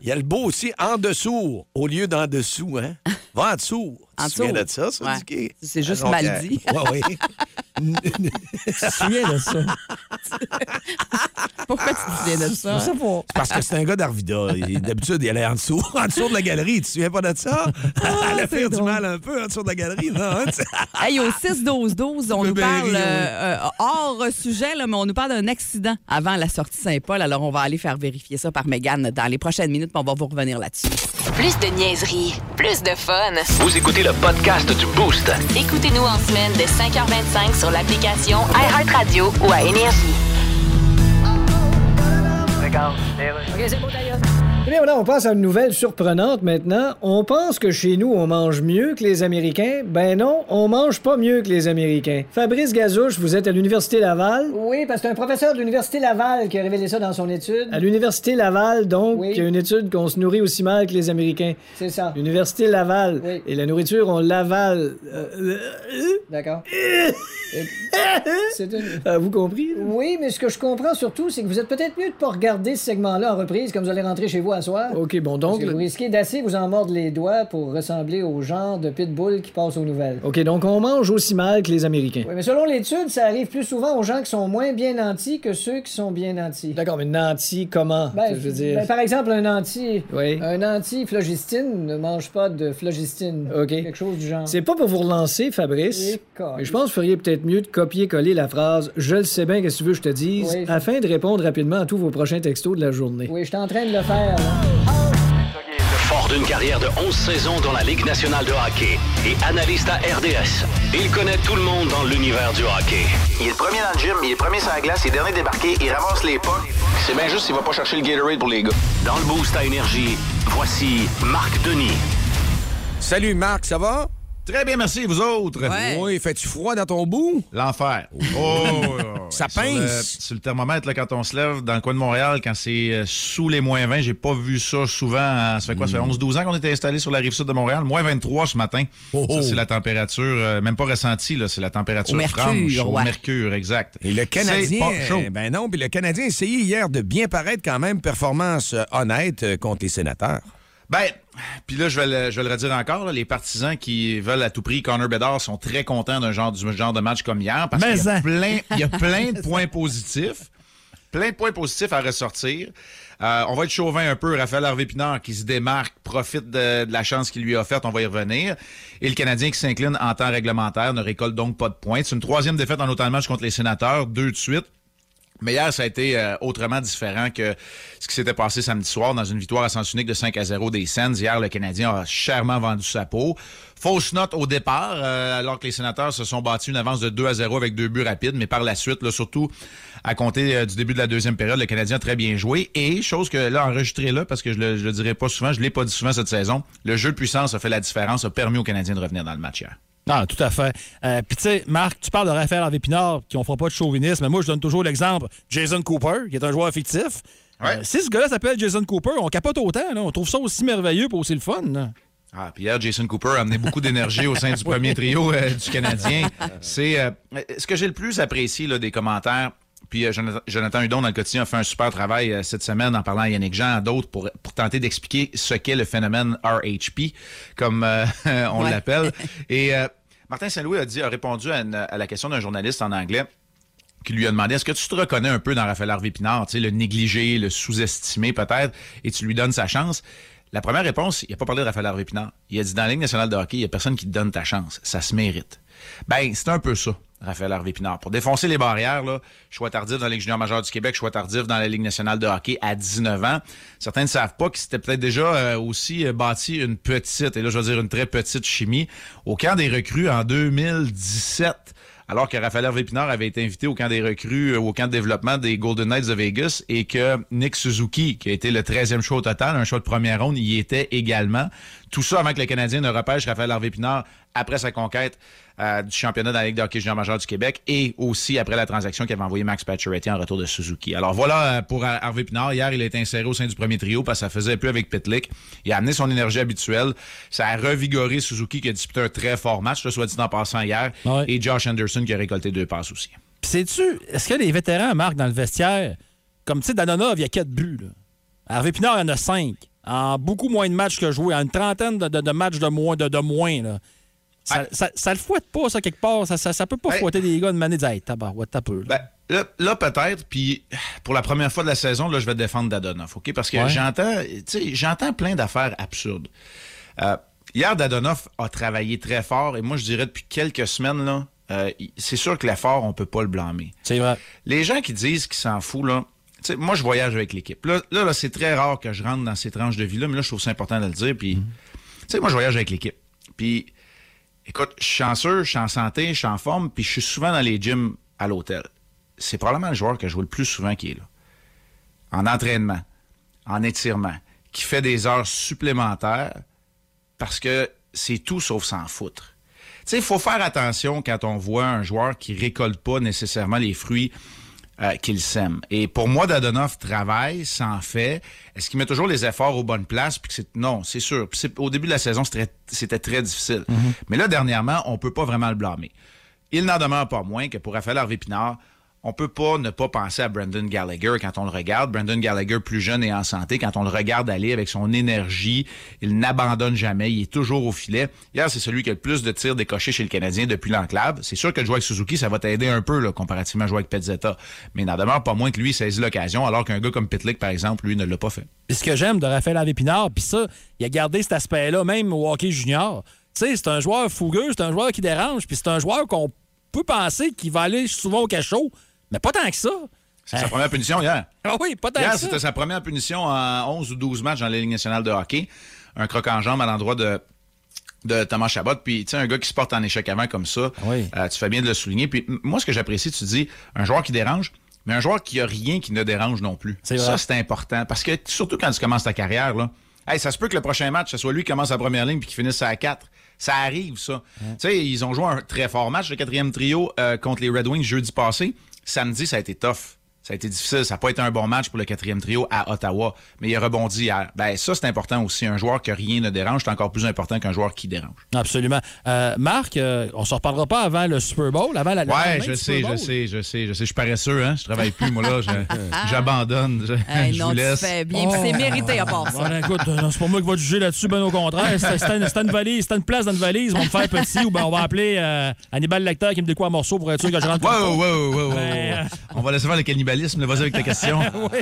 [SPEAKER 12] Il y a le beau aussi en dessous au lieu d'en dessous, hein? Va en dessous.
[SPEAKER 4] En
[SPEAKER 12] tu te souviens
[SPEAKER 4] dessous.
[SPEAKER 12] de ça, ça
[SPEAKER 4] Ouais.
[SPEAKER 12] du quai?
[SPEAKER 4] C'est juste
[SPEAKER 12] Donc,
[SPEAKER 4] mal
[SPEAKER 12] euh,
[SPEAKER 4] dit.
[SPEAKER 12] <laughs> ouais, oui.
[SPEAKER 7] Tu te souviens <laughs> de ça?
[SPEAKER 4] Pourquoi tu te souviens de ça?
[SPEAKER 7] Je sais pas.
[SPEAKER 12] C'est Parce que c'est un gars d'Arvida. Il- D'habitude, il allait en dessous, <laughs> en dessous de la galerie. Tu te souviens pas de ça?
[SPEAKER 4] Ah,
[SPEAKER 12] <laughs> Elle a fait du mal un peu en dessous de la galerie, non?
[SPEAKER 4] <laughs>
[SPEAKER 12] hein?
[SPEAKER 4] Hey, au 6-12-12, on
[SPEAKER 12] peux
[SPEAKER 4] nous
[SPEAKER 12] bien
[SPEAKER 4] parle
[SPEAKER 12] rire,
[SPEAKER 4] euh, euh, hors sujet, là, mais on nous parle d'un accident avant la sortie Saint-Paul. Alors, on va aller faire vérifier ça par Mégane dans les prochaines minutes, puis on va vous revenir là-dessus.
[SPEAKER 1] Plus de niaiserie, plus de fun.
[SPEAKER 2] Vous écoutez le podcast du Boost.
[SPEAKER 1] Écoutez-nous en semaine de 5h25 sur l'application iHeartRadio ou à Énergie.
[SPEAKER 9] Eh bien, voilà, on passe à une nouvelle surprenante maintenant. On pense que chez nous, on mange mieux que les Américains. Ben non, on mange pas mieux que les Américains. Fabrice Gazouche, vous êtes à l'Université Laval. Oui, parce que c'est un professeur de l'Université Laval qui a révélé ça dans son étude. À l'Université Laval, donc, il y a une étude qu'on se nourrit aussi mal que les Américains. C'est ça. L'Université Laval. Et la nourriture, euh, on l'avale. <laughs> D'accord. Ah, vous compris? Oui, mais ce que je comprends surtout, c'est que vous êtes peut-être mieux de pas regarder ce segment-là en reprise comme vous allez rentrer chez vous à soir. OK, bon, donc. vous risquez d'assez vous en mordre les doigts pour ressembler au genre de pitbull qui passe aux nouvelles. OK, donc on mange aussi mal que les Américains. Oui, mais selon l'étude, ça arrive plus souvent aux gens qui sont moins bien nantis que ceux qui sont bien nantis. D'accord, mais nantis comment? je veux dire. par exemple, un nanti. Oui. Un nanti phlogistine ne mange pas de phlogistine. OK. Quelque chose du genre. C'est pas pour vous relancer, Fabrice. Mais je pense que vous feriez peut-être mieux de copier-coller la phrase Je le sais bien, qu'est-ce que tu veux que je te dise afin de répondre rapidement à tous vos prochains textos de la journée. Oui, je suis en train de le faire.
[SPEAKER 2] Fort d'une carrière de 11 saisons dans la Ligue nationale de hockey et analyste à RDS, il connaît tout le monde dans l'univers du hockey.
[SPEAKER 13] Il est le premier dans le gym, il est le premier sur la glace, il est dernier débarqué, il ramasse les pas. C'est bien juste s'il va pas chercher le Gatorade pour les gars.
[SPEAKER 2] Dans le boost à énergie, voici Marc Denis.
[SPEAKER 3] Salut Marc, ça va?
[SPEAKER 14] Très bien, merci, vous autres.
[SPEAKER 3] Ouais. Oui, fais-tu froid dans ton bout?
[SPEAKER 14] L'enfer. Oh,
[SPEAKER 3] Ça
[SPEAKER 14] Sur
[SPEAKER 3] pince.
[SPEAKER 14] le- Sur le, thermomètre, là, quand on se lève dans le coin de Montréal, quand c'est euh, sous les moins 20, j'ai pas vu ça souvent. en- ça fait quoi? Ça
[SPEAKER 3] Hmm.
[SPEAKER 14] fait 11-12 ans qu'on était installé sur la rive sud de Montréal. Moins 23 ce matin. Ça, c'est la température, euh, même pas ressentie, là, c'est la température
[SPEAKER 3] Oh, Au mercure,
[SPEAKER 14] franche. Au
[SPEAKER 3] ouais.
[SPEAKER 14] mercure, exact. Et le
[SPEAKER 3] Canadien, euh, ben non, puis le Canadien a essayé hier de bien paraître quand même, performance euh, honnête euh, contre les sénateurs.
[SPEAKER 14] Ben, puis là, je vais, le, je vais le redire encore, là, les partisans qui veulent à tout prix Connor Bedard sont très contents d'un genre, du genre de match comme hier parce
[SPEAKER 7] Mais
[SPEAKER 14] qu'il y a
[SPEAKER 7] en.
[SPEAKER 14] plein- il y a plein de points positifs. Plein de points positifs à ressortir. Euh, on va être chauvin un peu. Raphaël Harvey-Pinard qui se démarque, profite de, de la chance qui lui est offerte. On va y revenir. Et le Canadien qui s'incline en temps réglementaire ne récolte donc pas de points. C'est une troisième défaite en autant de matchs contre les sénateurs. Deux de suite. Mais hier, ça a été euh, autrement différent que ce qui s'était passé samedi soir dans une victoire à sens unique de 5 à 0 des Sens. Hier, le Canadien a chèrement vendu sa peau. Fausse note au départ, euh, alors que les sénateurs se sont battus une avance de 2 à 0 avec deux buts rapides. Mais par la suite, là, surtout à compter euh, du début de la deuxième période, le Canadien a très bien joué. Et chose que là, enregistré là, parce que je le, je le dirai pas souvent, je l'ai pas dit souvent cette saison, le jeu de puissance a fait la différence, a permis aux Canadiens de revenir dans le match hier.
[SPEAKER 5] Ah, tout à fait. Euh, Puis, tu sais, Marc, tu parles de Raphaël Harvey Pinard, qui on fera pas de chauvinisme, mais moi, je donne toujours l'exemple Jason Cooper, qui est un joueur fictif. Euh, si ce gars-là s'appelle Jason Cooper, on capote autant, là. on trouve ça aussi merveilleux pour aussi le fun. là.
[SPEAKER 14] Ah, puis hier, Jason Cooper a amené beaucoup d'énergie au sein du premier trio euh, du Canadien. C'est euh, ce que j'ai le plus apprécié là, des commentaires. Puis euh, Jonathan, Jonathan Hudon, dans le quotidien, a fait un super travail euh, cette semaine en parlant à Yannick Jean, à d'autres, pour, pour tenter d'expliquer ce qu'est le phénomène RHP, comme euh, <laughs> on
[SPEAKER 15] Ouais.
[SPEAKER 14] l'appelle. Et euh, Martin Saint-Louis a, dit, a répondu à, une- à la question d'un journaliste en anglais qui lui a demandé est-ce que tu te reconnais un peu dans Raphaël Harvey Pinard, tu sais, le négligé, le sous-estimé peut-être, et tu lui donnes sa chance. La première réponse, il n'a pas parlé de Raphaël Harvey Pinard. Il a dit dans la Ligue nationale de hockey, il n'y a personne qui te donne ta chance. Ça se mérite. Ben, c'est un peu ça, Raphaël Harvey Pinard. Pour défoncer les barrières, là, choix tardif dans la Ligue junior majeure du Québec, choix tardif dans la Ligue nationale de hockey à 19 ans. Certains ne savent pas qu'il s'était peut-être déjà euh, aussi euh, bâti une petite, et là, je veux dire une très petite chimie, au camp des recrues en 2017. Alors que Raphaël Hervé Pinard avait été invité au camp des recrues, euh, au camp de développement des Golden Knights de Vegas et que Nick Suzuki, qui a été le 13e choix au total, un choix de première ronde, y était également. Tout ça avant que le Canadien ne repêche Raphaël Hervé Pinard après sa conquête euh, du championnat de la Ligue de hockey junior majeur du Québec et aussi après la transaction qu'avait envoyé Max Pacioretty en retour de Suzuki. Alors voilà euh, pour Harvey Pinard. Hier, il a été inséré au sein du premier trio parce que ça faisait plus avec Pitlick. Il a amené son énergie habituelle. Ça a revigoré Suzuki qui a disputé un très fort match, là, soit dit en passant hier, et Josh Anderson qui a récolté deux passes aussi.
[SPEAKER 5] Puis, sais-tu, est-ce que les vétérans marquent dans le vestiaire, comme tu sais, Danonov, il y a quatre buts. là. Harvey Pinard, il y en a cinq. En beaucoup moins de matchs que joué, en une trentaine de, de- de matchs de moins. De, de moins là. Ça, ça, ça le fouette pas, ça, quelque part. Ça, ça, ça peut pas fouetter des gars de manier de dire, hey, tabarouette, t'as peu. là.
[SPEAKER 14] Ben, Là, là, peut-être, puis pour la première fois de la saison, là, je vais défendre Dadonov, OK? Parce que
[SPEAKER 5] Ouais.
[SPEAKER 14] j'entends, tu sais, j'entends plein d'affaires absurdes. Euh, hier, Dadonov a travaillé très fort, et moi, je dirais depuis quelques semaines, là, euh, il- c'est sûr que l'effort, on peut pas le blâmer.
[SPEAKER 5] C'est vrai.
[SPEAKER 14] Les gens qui disent qu'ils s'en foutent, là, tu sais, moi, je voyage avec l'équipe. Là, là, là, c'est très rare que je rentre dans ces tranches de vie-là, mais là, je trouve ça important de le dire, puis, tu sais, moi, je voyage avec l'équipe. Puis, Écoute, je suis chanceux, je suis en santé, je suis en forme, puis je suis souvent dans les gyms à l'hôtel. C'est probablement le joueur que je vois le plus souvent qui est là. En entraînement, en étirement, qui fait des heures supplémentaires parce que c'est tout sauf s'en foutre. Tu sais, il faut faire attention quand on voit un joueur qui récolte pas nécessairement les fruits euh, qu'il sème. Et pour moi, Dadonov travaille, s'en fait. Est-ce qu'il met toujours les efforts aux bonnes places? Puis que c'est- non, c'est sûr. Puis c'est- au début de la saison, c'était très- c'était très difficile. Mais là, dernièrement, on peut pas vraiment le blâmer. Il n'en demeure pas moins que pour Raphaël Harvey Pinard, on peut pas ne pas penser à Brandon Gallagher quand on le regarde. Brandon Gallagher, plus jeune et en santé, quand on le regarde aller avec son énergie, il n'abandonne jamais, il est toujours au filet. Hier, c'est celui qui a le plus de tirs décochés chez le Canadien depuis l'enclave. C'est sûr que de jouer avec Suzuki, ça va t'aider un peu, là, comparativement à jouer avec Pezzetta. Mais il n'en demeure pas moins que lui, il saisit l'occasion, alors qu'un gars comme Pitlick, par exemple, lui, ne l'a pas fait.
[SPEAKER 5] Puis ce que j'aime de Raphaël Harvey Pinard, puis ça, il a gardé cet aspect-là, même au hockey junior. Tu sais, c'est un joueur fougueux, c'est un joueur qui dérange, puis c'est un joueur qu'on peut penser qu'il va aller souvent au cachot, mais pas tant que ça.
[SPEAKER 14] C'est sa première punition hier.
[SPEAKER 5] Ah oui, pas tant
[SPEAKER 14] Hier,
[SPEAKER 5] que ça.
[SPEAKER 14] c'était sa première punition en 11 ou 12 matchs dans la Ligue nationale de hockey. Un croc en jambe à l'endroit de, de Thomas Chabot. Puis, tu sais, un gars qui se porte en échec avant comme ça, euh, tu fais bien de le souligner. Puis, m- moi, ce que j'apprécie, tu dis, un joueur qui dérange, mais un joueur qui a rien qui ne dérange non plus.
[SPEAKER 5] vrai.
[SPEAKER 14] Ça, c'est important. Parce que, surtout quand tu commences ta carrière, là, hey, ça se peut que le prochain match, ce soit lui qui commence la première ligne puis qui finisse à 4. Ça arrive, ça. Tu sais, ils ont joué un très fort match, le quatrième trio, euh, contre les Red Wings jeudi passé. Samedi, ça a été tough. Ça a été difficile. Ça n'a pas été un bon match pour le quatrième trio à Ottawa, mais il a rebondi hier. Ben, ça, c'est important aussi. Un joueur que rien ne dérange, c'est encore plus important qu'un joueur qui dérange.
[SPEAKER 5] Absolument. Euh, Marc, euh, on ne se reparlera pas avant le Super Bowl, avant la. le lendemain
[SPEAKER 14] Ouais,
[SPEAKER 5] du
[SPEAKER 14] je
[SPEAKER 5] Super
[SPEAKER 14] sais,
[SPEAKER 5] Bowl.
[SPEAKER 14] je sais, je sais, je sais. Je suis paresseux, hein. Je travaille plus, moi, là. <laughs> Je- J'abandonne. Je,
[SPEAKER 4] Hey,
[SPEAKER 14] je
[SPEAKER 4] non,
[SPEAKER 14] vous
[SPEAKER 4] tu
[SPEAKER 14] laisse.
[SPEAKER 4] fais bien. Puis c'est mérité à part ça.
[SPEAKER 5] Ouais, écoute, euh, non, c'est pas moi qui va te juger là-dessus, ben au contraire. C'est c'est une, c'est une valise, c'est une place dans une valise, on va me faire petit ou ben on va appeler euh, Hannibal Lecter qui me découvre un morceau pour être sûr que je rentre. Ben,
[SPEAKER 14] Wow, wow, wow, wow, wow. On va laisser faire le cannibalisme. Vas-y avec ta question.
[SPEAKER 5] Oui.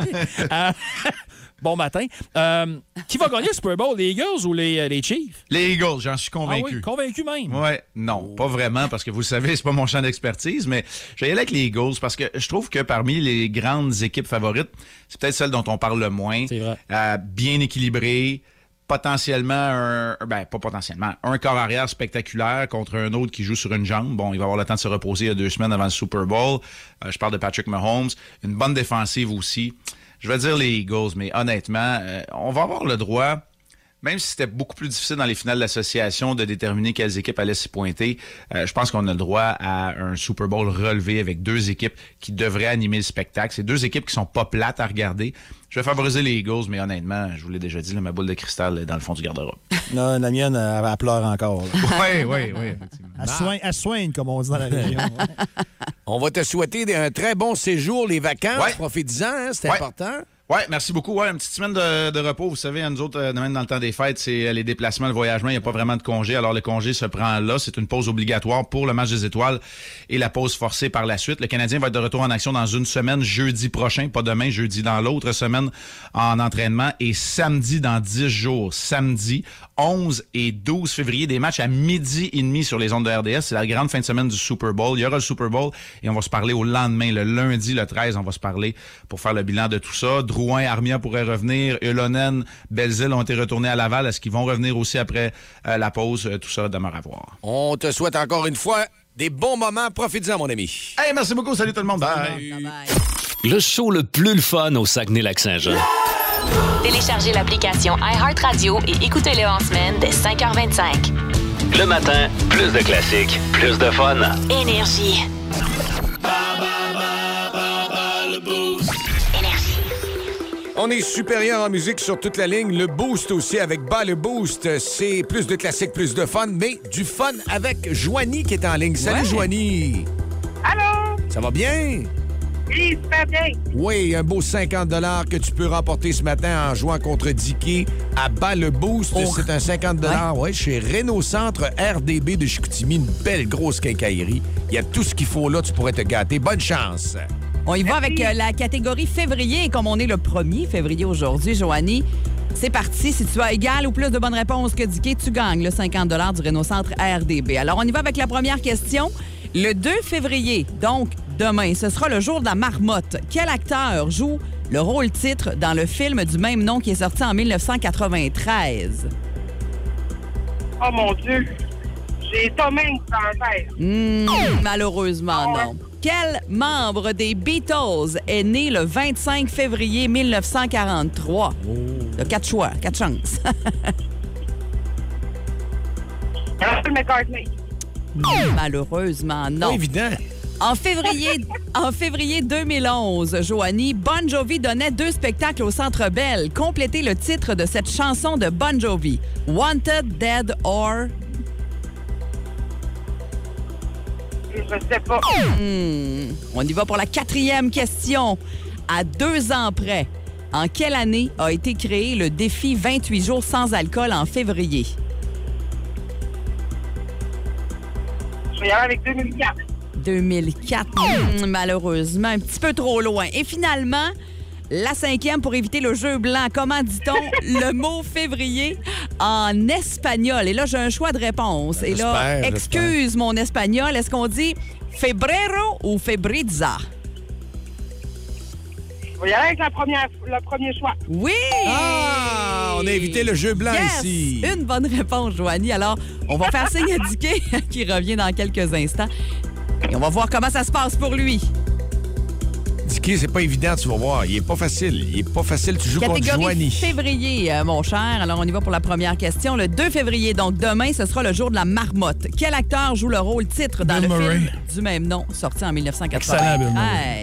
[SPEAKER 5] Euh, <laughs> bon matin. Euh, qui va gagner le Super Bowl, les Eagles ou les, euh, les Chiefs?
[SPEAKER 14] <laughs> Les Eagles, j'en suis
[SPEAKER 5] Ah
[SPEAKER 14] convaincu.
[SPEAKER 5] oui, convaincu même.
[SPEAKER 14] Ouais, non, pas vraiment, parce que vous le savez, c'est pas mon champ d'expertise, mais je vais y aller avec les Eagles parce que je trouve que parmi les grandes équipes favorites, c'est peut-être celle dont on parle le moins. C'est vrai. bien équilibrée, potentiellement un. Ben, pas potentiellement, un corps arrière spectaculaire contre un autre qui joue sur une jambe. Bon, il va avoir le temps de se reposer il y a deux semaines avant le Super Bowl. Euh, je parle de Patrick Mahomes. Une bonne défensive aussi. Je vais dire les Eagles, mais honnêtement, euh, on va avoir le droit même si c'était beaucoup plus difficile dans les finales d'association de déterminer quelles équipes allaient s'y pointer, euh, je pense qu'on a le droit à un Super Bowl relevé avec deux équipes qui devraient animer le spectacle. C'est deux équipes qui sont pas plates à regarder. Je vais favoriser les Eagles, mais honnêtement, je vous l'ai déjà dit, là, ma boule de cristal est dans le fond du garde-robe.
[SPEAKER 7] Non, la mienne, elle, elle pleure encore.
[SPEAKER 14] Oui, oui, oui.
[SPEAKER 7] Elle soigne, elle soigne, comme on dit dans la région.
[SPEAKER 12] On va te souhaiter des- un très bon séjour, les vacances.
[SPEAKER 14] Ouais.
[SPEAKER 12] Profite-en, hein, c'est
[SPEAKER 14] Ouais.
[SPEAKER 12] important.
[SPEAKER 14] Oui, merci beaucoup. Ouais, une petite semaine de, de repos. Vous savez, nous autres, euh, même dans le temps des fêtes, c'est euh, les déplacements, le voyagement. Il n'y a pas vraiment de congé. Alors, le congé se prend là. C'est une pause obligatoire pour le match des étoiles et la pause forcée par la suite. Le Canadien va être de retour en action dans une semaine, jeudi prochain, pas demain, jeudi dans l'autre semaine en entraînement et samedi dans 10 jours. Samedi, 11 et 12 février, des matchs à midi et demi sur les ondes de RDS. C'est la grande fin de semaine du Super Bowl. Il y aura le Super Bowl et on va se parler au lendemain, le lundi, le 13. On va se parler pour faire le bilan de tout ça. Drouin, Armia pourraient revenir. Elonen, Belzil ont été retournés à Laval. Est-ce qu'ils vont revenir aussi après euh, la pause? Euh, Tout ça demeure à voir.
[SPEAKER 12] On te souhaite encore une fois des bons moments. Profite-en, mon ami.
[SPEAKER 14] Hey, merci beaucoup. Salut tout le monde.
[SPEAKER 2] Le show le plus le fun au Saguenay-Lac-Saint-Jean.
[SPEAKER 1] Téléchargez l'application iHeartRadio et écoutez-le en semaine dès 5h25.
[SPEAKER 2] Le matin, plus de classiques, plus de fun.
[SPEAKER 1] Énergie.
[SPEAKER 3] On est supérieur en musique sur toute la ligne. Le boost aussi avec Bas le boost. C'est plus de classique, plus de fun, mais du fun avec Joanie qui est en ligne. Salut
[SPEAKER 10] Ouais.
[SPEAKER 3] Joanie.
[SPEAKER 15] Allô?
[SPEAKER 3] Ça va bien?
[SPEAKER 15] Oui, super bien.
[SPEAKER 3] Oui, un beau 50 que tu peux remporter ce matin en jouant contre Dicky à Bas le boost.
[SPEAKER 12] Oh.
[SPEAKER 3] C'est un 50 ouais, chez Renault Centre RDB de Chicoutimi. Une belle grosse quincaillerie. Il y a tout ce qu'il faut là. Tu pourrais te gâter. Bonne chance.
[SPEAKER 4] On y va avec euh, la catégorie février. Et comme on est le 1er février aujourd'hui, Joanie, c'est parti. Si tu as égal ou plus de bonnes réponses que Dicky, tu gagnes le 50 du Renault Centre RDB. Alors, on y va avec la première question. Le 2 février, donc demain, ce sera le jour de la marmotte. Quel acteur joue le rôle-titre dans le film du même nom qui est sorti en 1993?
[SPEAKER 15] Oh mon Dieu. J'ai Tom Hanks dans la tête.
[SPEAKER 4] Hmm, malheureusement, non. Quel membre des Beatles est né le 25 février 1943? T'as quatre choix, quatre chances. <laughs>
[SPEAKER 15] Paul McCartney.
[SPEAKER 4] malheureusement, non.
[SPEAKER 12] évident.
[SPEAKER 15] <laughs>
[SPEAKER 4] En février, en février 2011, Joanie, Bon Jovi donnait deux spectacles au Centre Bell. Complétez le titre de cette chanson de Bon Jovi. Wanted, Dead or...
[SPEAKER 15] Je sais pas.
[SPEAKER 4] Hmm. On y va pour la quatrième question. À deux ans près, en quelle année a été créé le défi 28 jours sans alcool en février?
[SPEAKER 15] Je vais y aller avec 2004.
[SPEAKER 4] 2004. Hmm, Malheureusement, un petit peu trop loin. Et finalement, la cinquième pour éviter le jeu blanc. Comment
[SPEAKER 3] <laughs>
[SPEAKER 4] dit-on le mot février en espagnol? Et là, j'ai un choix de réponse. Et là,
[SPEAKER 15] J'espère, j'espère.
[SPEAKER 4] excuse mon espagnol, est-ce qu'on dit febrero ou febriza?
[SPEAKER 15] Je vais y aller avec la première, le premier choix.
[SPEAKER 4] Oui!
[SPEAKER 3] Ah, on a évité le jeu blanc
[SPEAKER 4] Yes!
[SPEAKER 3] ici.
[SPEAKER 4] Une bonne réponse, Joanie. Alors, on va faire signe à Dicky, <laughs> qui revient dans quelques instants. Et on va voir comment ça se passe pour lui.
[SPEAKER 3] Dicky, c'est pas évident, tu vas voir. Il est pas facile. Il est pas facile. Tu joues contre
[SPEAKER 4] Catégorie
[SPEAKER 3] Joanie.
[SPEAKER 4] février, euh, mon cher. Alors, on y va pour la première question. Le 2 février, donc demain, ce sera le jour de la marmotte. Quel acteur joue le rôle titre dans
[SPEAKER 5] Bill
[SPEAKER 4] le
[SPEAKER 5] Murray.
[SPEAKER 4] film du même nom, sorti en
[SPEAKER 5] Excellent, Bill Murray.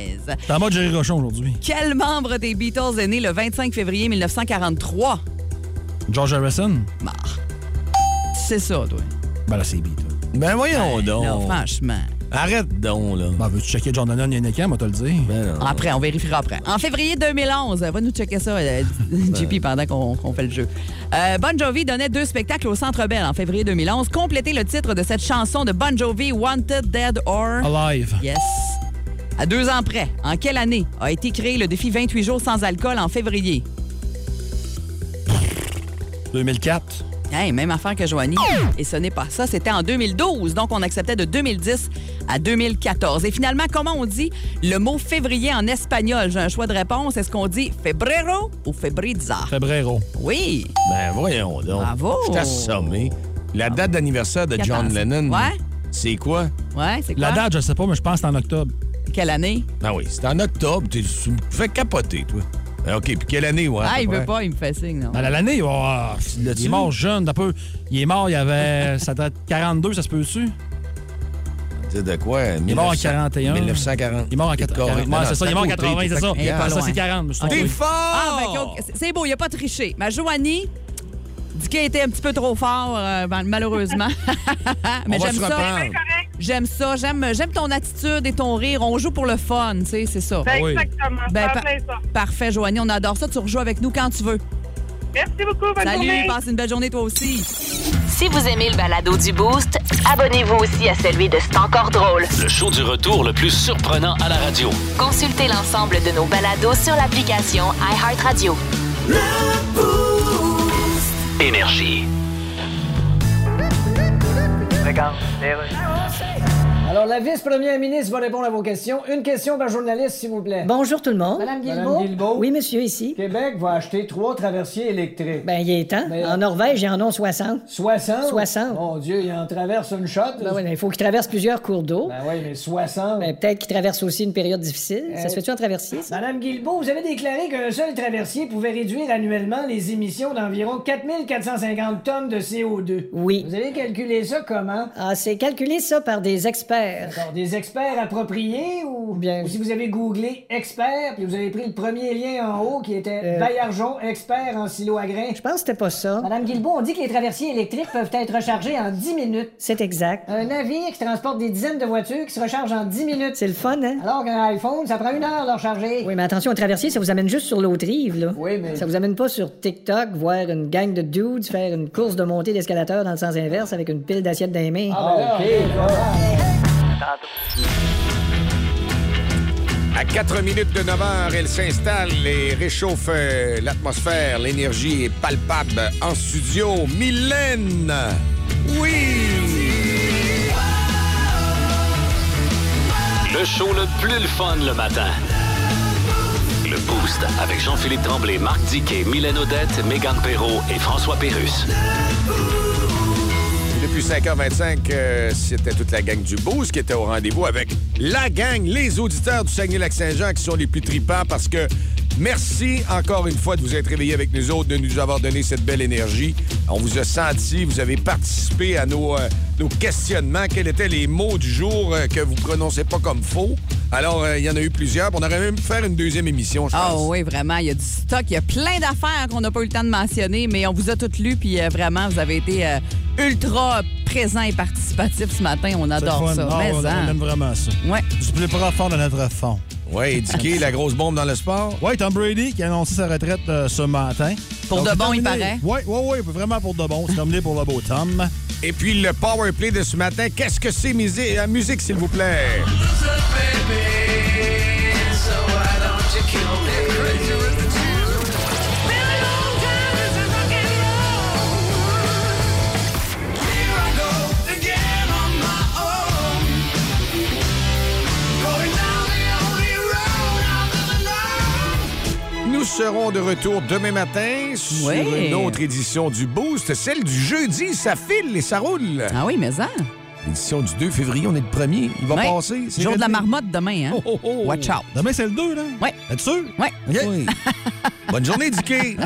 [SPEAKER 4] 1993?
[SPEAKER 5] T'es en mode Jerry Rochon aujourd'hui.
[SPEAKER 4] Quel membre des Beatles est né le 25 février 1943?
[SPEAKER 5] George Harrison?
[SPEAKER 4] Bah. C'est ça, toi.
[SPEAKER 5] Ben là, c'est beat.
[SPEAKER 12] Ben voyons donc.
[SPEAKER 5] Oh.
[SPEAKER 4] là, franchement.
[SPEAKER 12] Arrête donc, là.
[SPEAKER 5] Ben, veux-tu checker John Lennon Yannick, moi, te le dire?
[SPEAKER 4] Après, on vérifiera après. En février 2011, euh, va nous checker ça, euh, JP, pendant qu'on qu'on fait le jeu. Euh, bon Jovi donnait deux spectacles au Centre Bell en février 2011. Complétez le titre de cette chanson de Bon Jovi, Wanted, Dead or...
[SPEAKER 5] Alive.
[SPEAKER 4] Yes. À deux ans près, en quelle année a été créé le défi 28 jours sans alcool en février?
[SPEAKER 5] 2004.
[SPEAKER 4] Hey, même affaire que Joanie. Et ce n'est pas ça, c'était en 2012. Donc, on acceptait de 2010 à 2014. Et finalement, comment on dit le mot février en espagnol? J'ai un choix de réponse. Est-ce qu'on dit febrero ou febriza?
[SPEAKER 5] Febrero.
[SPEAKER 4] Oui.
[SPEAKER 12] Ben voyons donc.
[SPEAKER 4] Bravo.
[SPEAKER 12] Je suis assommé. La date d'anniversaire de John
[SPEAKER 4] 14.
[SPEAKER 12] Lennon,
[SPEAKER 4] Ouais.
[SPEAKER 12] c'est quoi?
[SPEAKER 4] Ouais, c'est quoi?
[SPEAKER 5] La date, je sais pas, mais je pense que c'est en octobre.
[SPEAKER 4] Quelle année?
[SPEAKER 12] Ah oui, c'est en octobre. T'es- Tu me fais capoter, toi. Ben, OK, puis quelle année, ouais? Ah, à
[SPEAKER 4] ah,
[SPEAKER 12] peu
[SPEAKER 4] il veut
[SPEAKER 12] près?
[SPEAKER 4] pas, il me fait signe, non?
[SPEAKER 5] Ben, la- l'année, il, va- il est mort jeune, d'un peu. Il est mort, il
[SPEAKER 3] <laughs>
[SPEAKER 5] avait. ça date 42, ça se peut-tu?
[SPEAKER 12] Tu sais de quoi?
[SPEAKER 5] Il est mort en 41.
[SPEAKER 12] 1940.
[SPEAKER 5] Il est mort en 40.
[SPEAKER 12] correct.
[SPEAKER 5] Ouais,
[SPEAKER 12] Non,
[SPEAKER 5] c'est ça,
[SPEAKER 12] c'est
[SPEAKER 5] il est mort en
[SPEAKER 12] à côté,
[SPEAKER 5] 80, c'est ça.
[SPEAKER 12] t'es pas
[SPEAKER 5] Ah, Ça,
[SPEAKER 12] loin.
[SPEAKER 5] c'est 40, je me suis
[SPEAKER 4] Ah,
[SPEAKER 5] trompé.
[SPEAKER 4] oui. Ah, ben, ok, ok. c'est beau, il a pas triché. Ma Joanie, Dicky était un petit peu trop fort, euh, ben,
[SPEAKER 12] <laughs>
[SPEAKER 4] malheureusement. Mais
[SPEAKER 12] On va
[SPEAKER 4] j'aime
[SPEAKER 12] se
[SPEAKER 4] ça.
[SPEAKER 12] reprendre.
[SPEAKER 4] J'aime ça. J'aime, j'aime ton attitude et ton rire. On joue pour le fun, tu sais, c'est ça.
[SPEAKER 15] Ben, Exactement.
[SPEAKER 4] Ben,
[SPEAKER 15] ça
[SPEAKER 4] pa-
[SPEAKER 15] plaît, ça.
[SPEAKER 4] Parfait, Joanie, on adore ça. Tu rejoues avec nous quand tu veux.
[SPEAKER 15] Merci beaucoup. Bonne
[SPEAKER 4] Salut,
[SPEAKER 15] journée.
[SPEAKER 4] passe une belle journée toi aussi.
[SPEAKER 1] Si vous aimez le balado du Boost, abonnez-vous aussi à celui de C'est encore drôle.
[SPEAKER 2] Le show du retour le plus surprenant à la radio.
[SPEAKER 1] Consultez l'ensemble de nos balados sur l'application iHeartRadio.
[SPEAKER 2] Énergie.
[SPEAKER 9] Alors, la vice-première ministre va répondre à vos questions. Une question par journaliste, s'il vous plaît.
[SPEAKER 16] Bonjour tout le monde.
[SPEAKER 9] Madame Guilbeault.
[SPEAKER 16] Madame
[SPEAKER 9] Oui, monsieur, ici. Québec va acheter trois traversiers électriques.
[SPEAKER 16] Ben, il est temps. En Norvège, ils en ont 60.
[SPEAKER 9] 60?
[SPEAKER 16] 60.
[SPEAKER 9] Mon Dieu, il en traverse une shot.
[SPEAKER 16] Ben oui, mais il faut qu'ils traversent plusieurs cours d'eau.
[SPEAKER 9] Ben oui, mais 60.
[SPEAKER 16] Ben, peut-être qu'ils traversent aussi une période difficile. Ça se fait-tu en traversier, ça?
[SPEAKER 9] Madame Guilbeault, vous avez déclaré qu'un seul traversier pouvait réduire annuellement les émissions d'environ 4450 tonnes de CO2.
[SPEAKER 16] Oui.
[SPEAKER 9] Vous avez calculé ça comment?
[SPEAKER 16] Ah, c'est calculé ça par des experts.
[SPEAKER 9] D'accord, des experts appropriés ou bien si vous avez googlé expert puis vous avez pris le premier lien en haut qui était
[SPEAKER 16] Euh.
[SPEAKER 9] Bayarjon expert en silo à grains.
[SPEAKER 16] Je pense que c'était pas ça.
[SPEAKER 9] Madame Guilbeault, on dit que les traversiers électriques peuvent être rechargés en 10 minutes.
[SPEAKER 16] C'est exact.
[SPEAKER 9] Un navire qui transporte des dizaines de voitures qui se recharge en 10 minutes.
[SPEAKER 16] C'est le fun, hein?
[SPEAKER 9] Alors qu'un iPhone, ça prend une heure de le recharger.
[SPEAKER 16] Oui, mais attention, un traversier, ça vous amène juste sur l'autre rive, là.
[SPEAKER 9] Oui, mais-
[SPEAKER 16] Ça vous amène pas sur TikTok, voir une gang de dudes faire une course de montée d'escalateur dans le sens inverse avec une pile d'assiettes dans les mains.
[SPEAKER 9] Ah, ben là,
[SPEAKER 3] À 4 minutes de 9 heures, elle s'installe et réchauffe euh, l'atmosphère. L'énergie est palpable en studio. Mylène! Oui!
[SPEAKER 2] Le show le plus le fun le matin. Le Boost avec Jean-Philippe Tremblay, Marc Diquet, Mylène Odette, Megan Perrault et François Pérus.
[SPEAKER 3] Depuis 5h25, euh, c'était toute la gang du Boost qui était au rendez-vous avec la gang, les auditeurs du Saguenay-Lac-Saint-Jean qui sont les plus tripants parce que merci encore une fois de vous être réveillés avec nous autres, de nous avoir donné cette belle énergie. On vous a senti, vous avez participé à nos, euh, nos questionnements. Quels étaient les mots du jour euh, que vous prononcez pas comme faux? Alors, euh, il y en a eu plusieurs. On aurait même pu faire une deuxième émission, je pense.
[SPEAKER 4] Ah oui, vraiment, il y a du stock, il y a plein d'affaires qu'on n'a pas eu le temps de mentionner, mais on vous a toutes lues, puis euh, vraiment, vous avez été euh, ultra présents et participatifs ce matin. On
[SPEAKER 7] C'est le
[SPEAKER 4] adore
[SPEAKER 7] fun.
[SPEAKER 4] ça.
[SPEAKER 7] Ah,
[SPEAKER 4] Mais,
[SPEAKER 7] on,
[SPEAKER 4] hein.
[SPEAKER 7] on aime vraiment ça.
[SPEAKER 4] Ouais.
[SPEAKER 7] Du plus profond de notre fond.
[SPEAKER 3] Oui, Dicky, la grosse bombe dans le sport.
[SPEAKER 7] Oui, Tom Brady qui a annoncé sa retraite euh, ce matin.
[SPEAKER 3] Pour de bon, il paraît.
[SPEAKER 7] Oui, oui, oui, vraiment pour de bon. C'est terminé pour le beau Tom.
[SPEAKER 3] Et puis, le power play de ce matin, qu'est-ce que c'est, musi- la musique, s'il vous plaît? serons de retour demain matin sur
[SPEAKER 4] Ouais.
[SPEAKER 3] une autre édition du Boost, celle du jeudi. Ça file et ça roule.
[SPEAKER 4] Ah oui, mais ça.
[SPEAKER 3] L'édition du 2 février, on est le premier. Il va
[SPEAKER 4] Ouais.
[SPEAKER 3] passer. c'est
[SPEAKER 4] Jour de la
[SPEAKER 3] réglé.
[SPEAKER 4] marmotte demain, hein?
[SPEAKER 7] <laughs>
[SPEAKER 4] Watch out.
[SPEAKER 7] Demain, c'est le 2, là?
[SPEAKER 4] Ouais.
[SPEAKER 7] Es-tu sûr?
[SPEAKER 4] Ouais.
[SPEAKER 3] Oui. Bonne journée, Dicky.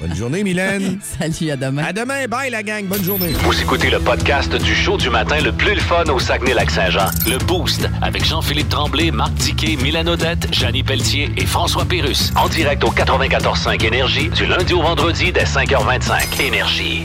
[SPEAKER 3] Bonne journée, Mylène.
[SPEAKER 4] Salut, à demain.
[SPEAKER 3] À demain. Bye, la gang. Bonne journée.
[SPEAKER 2] Vous écoutez le podcast du show du matin le plus le fun au Saguenay-Lac-Saint-Jean. Le Boost avec Jean-Philippe Tremblay, Marc Tiquet, Milan Odette, Janine Pelletier et François Pérus. En direct au 94.5 Énergie du lundi au vendredi dès 5h25. Énergie.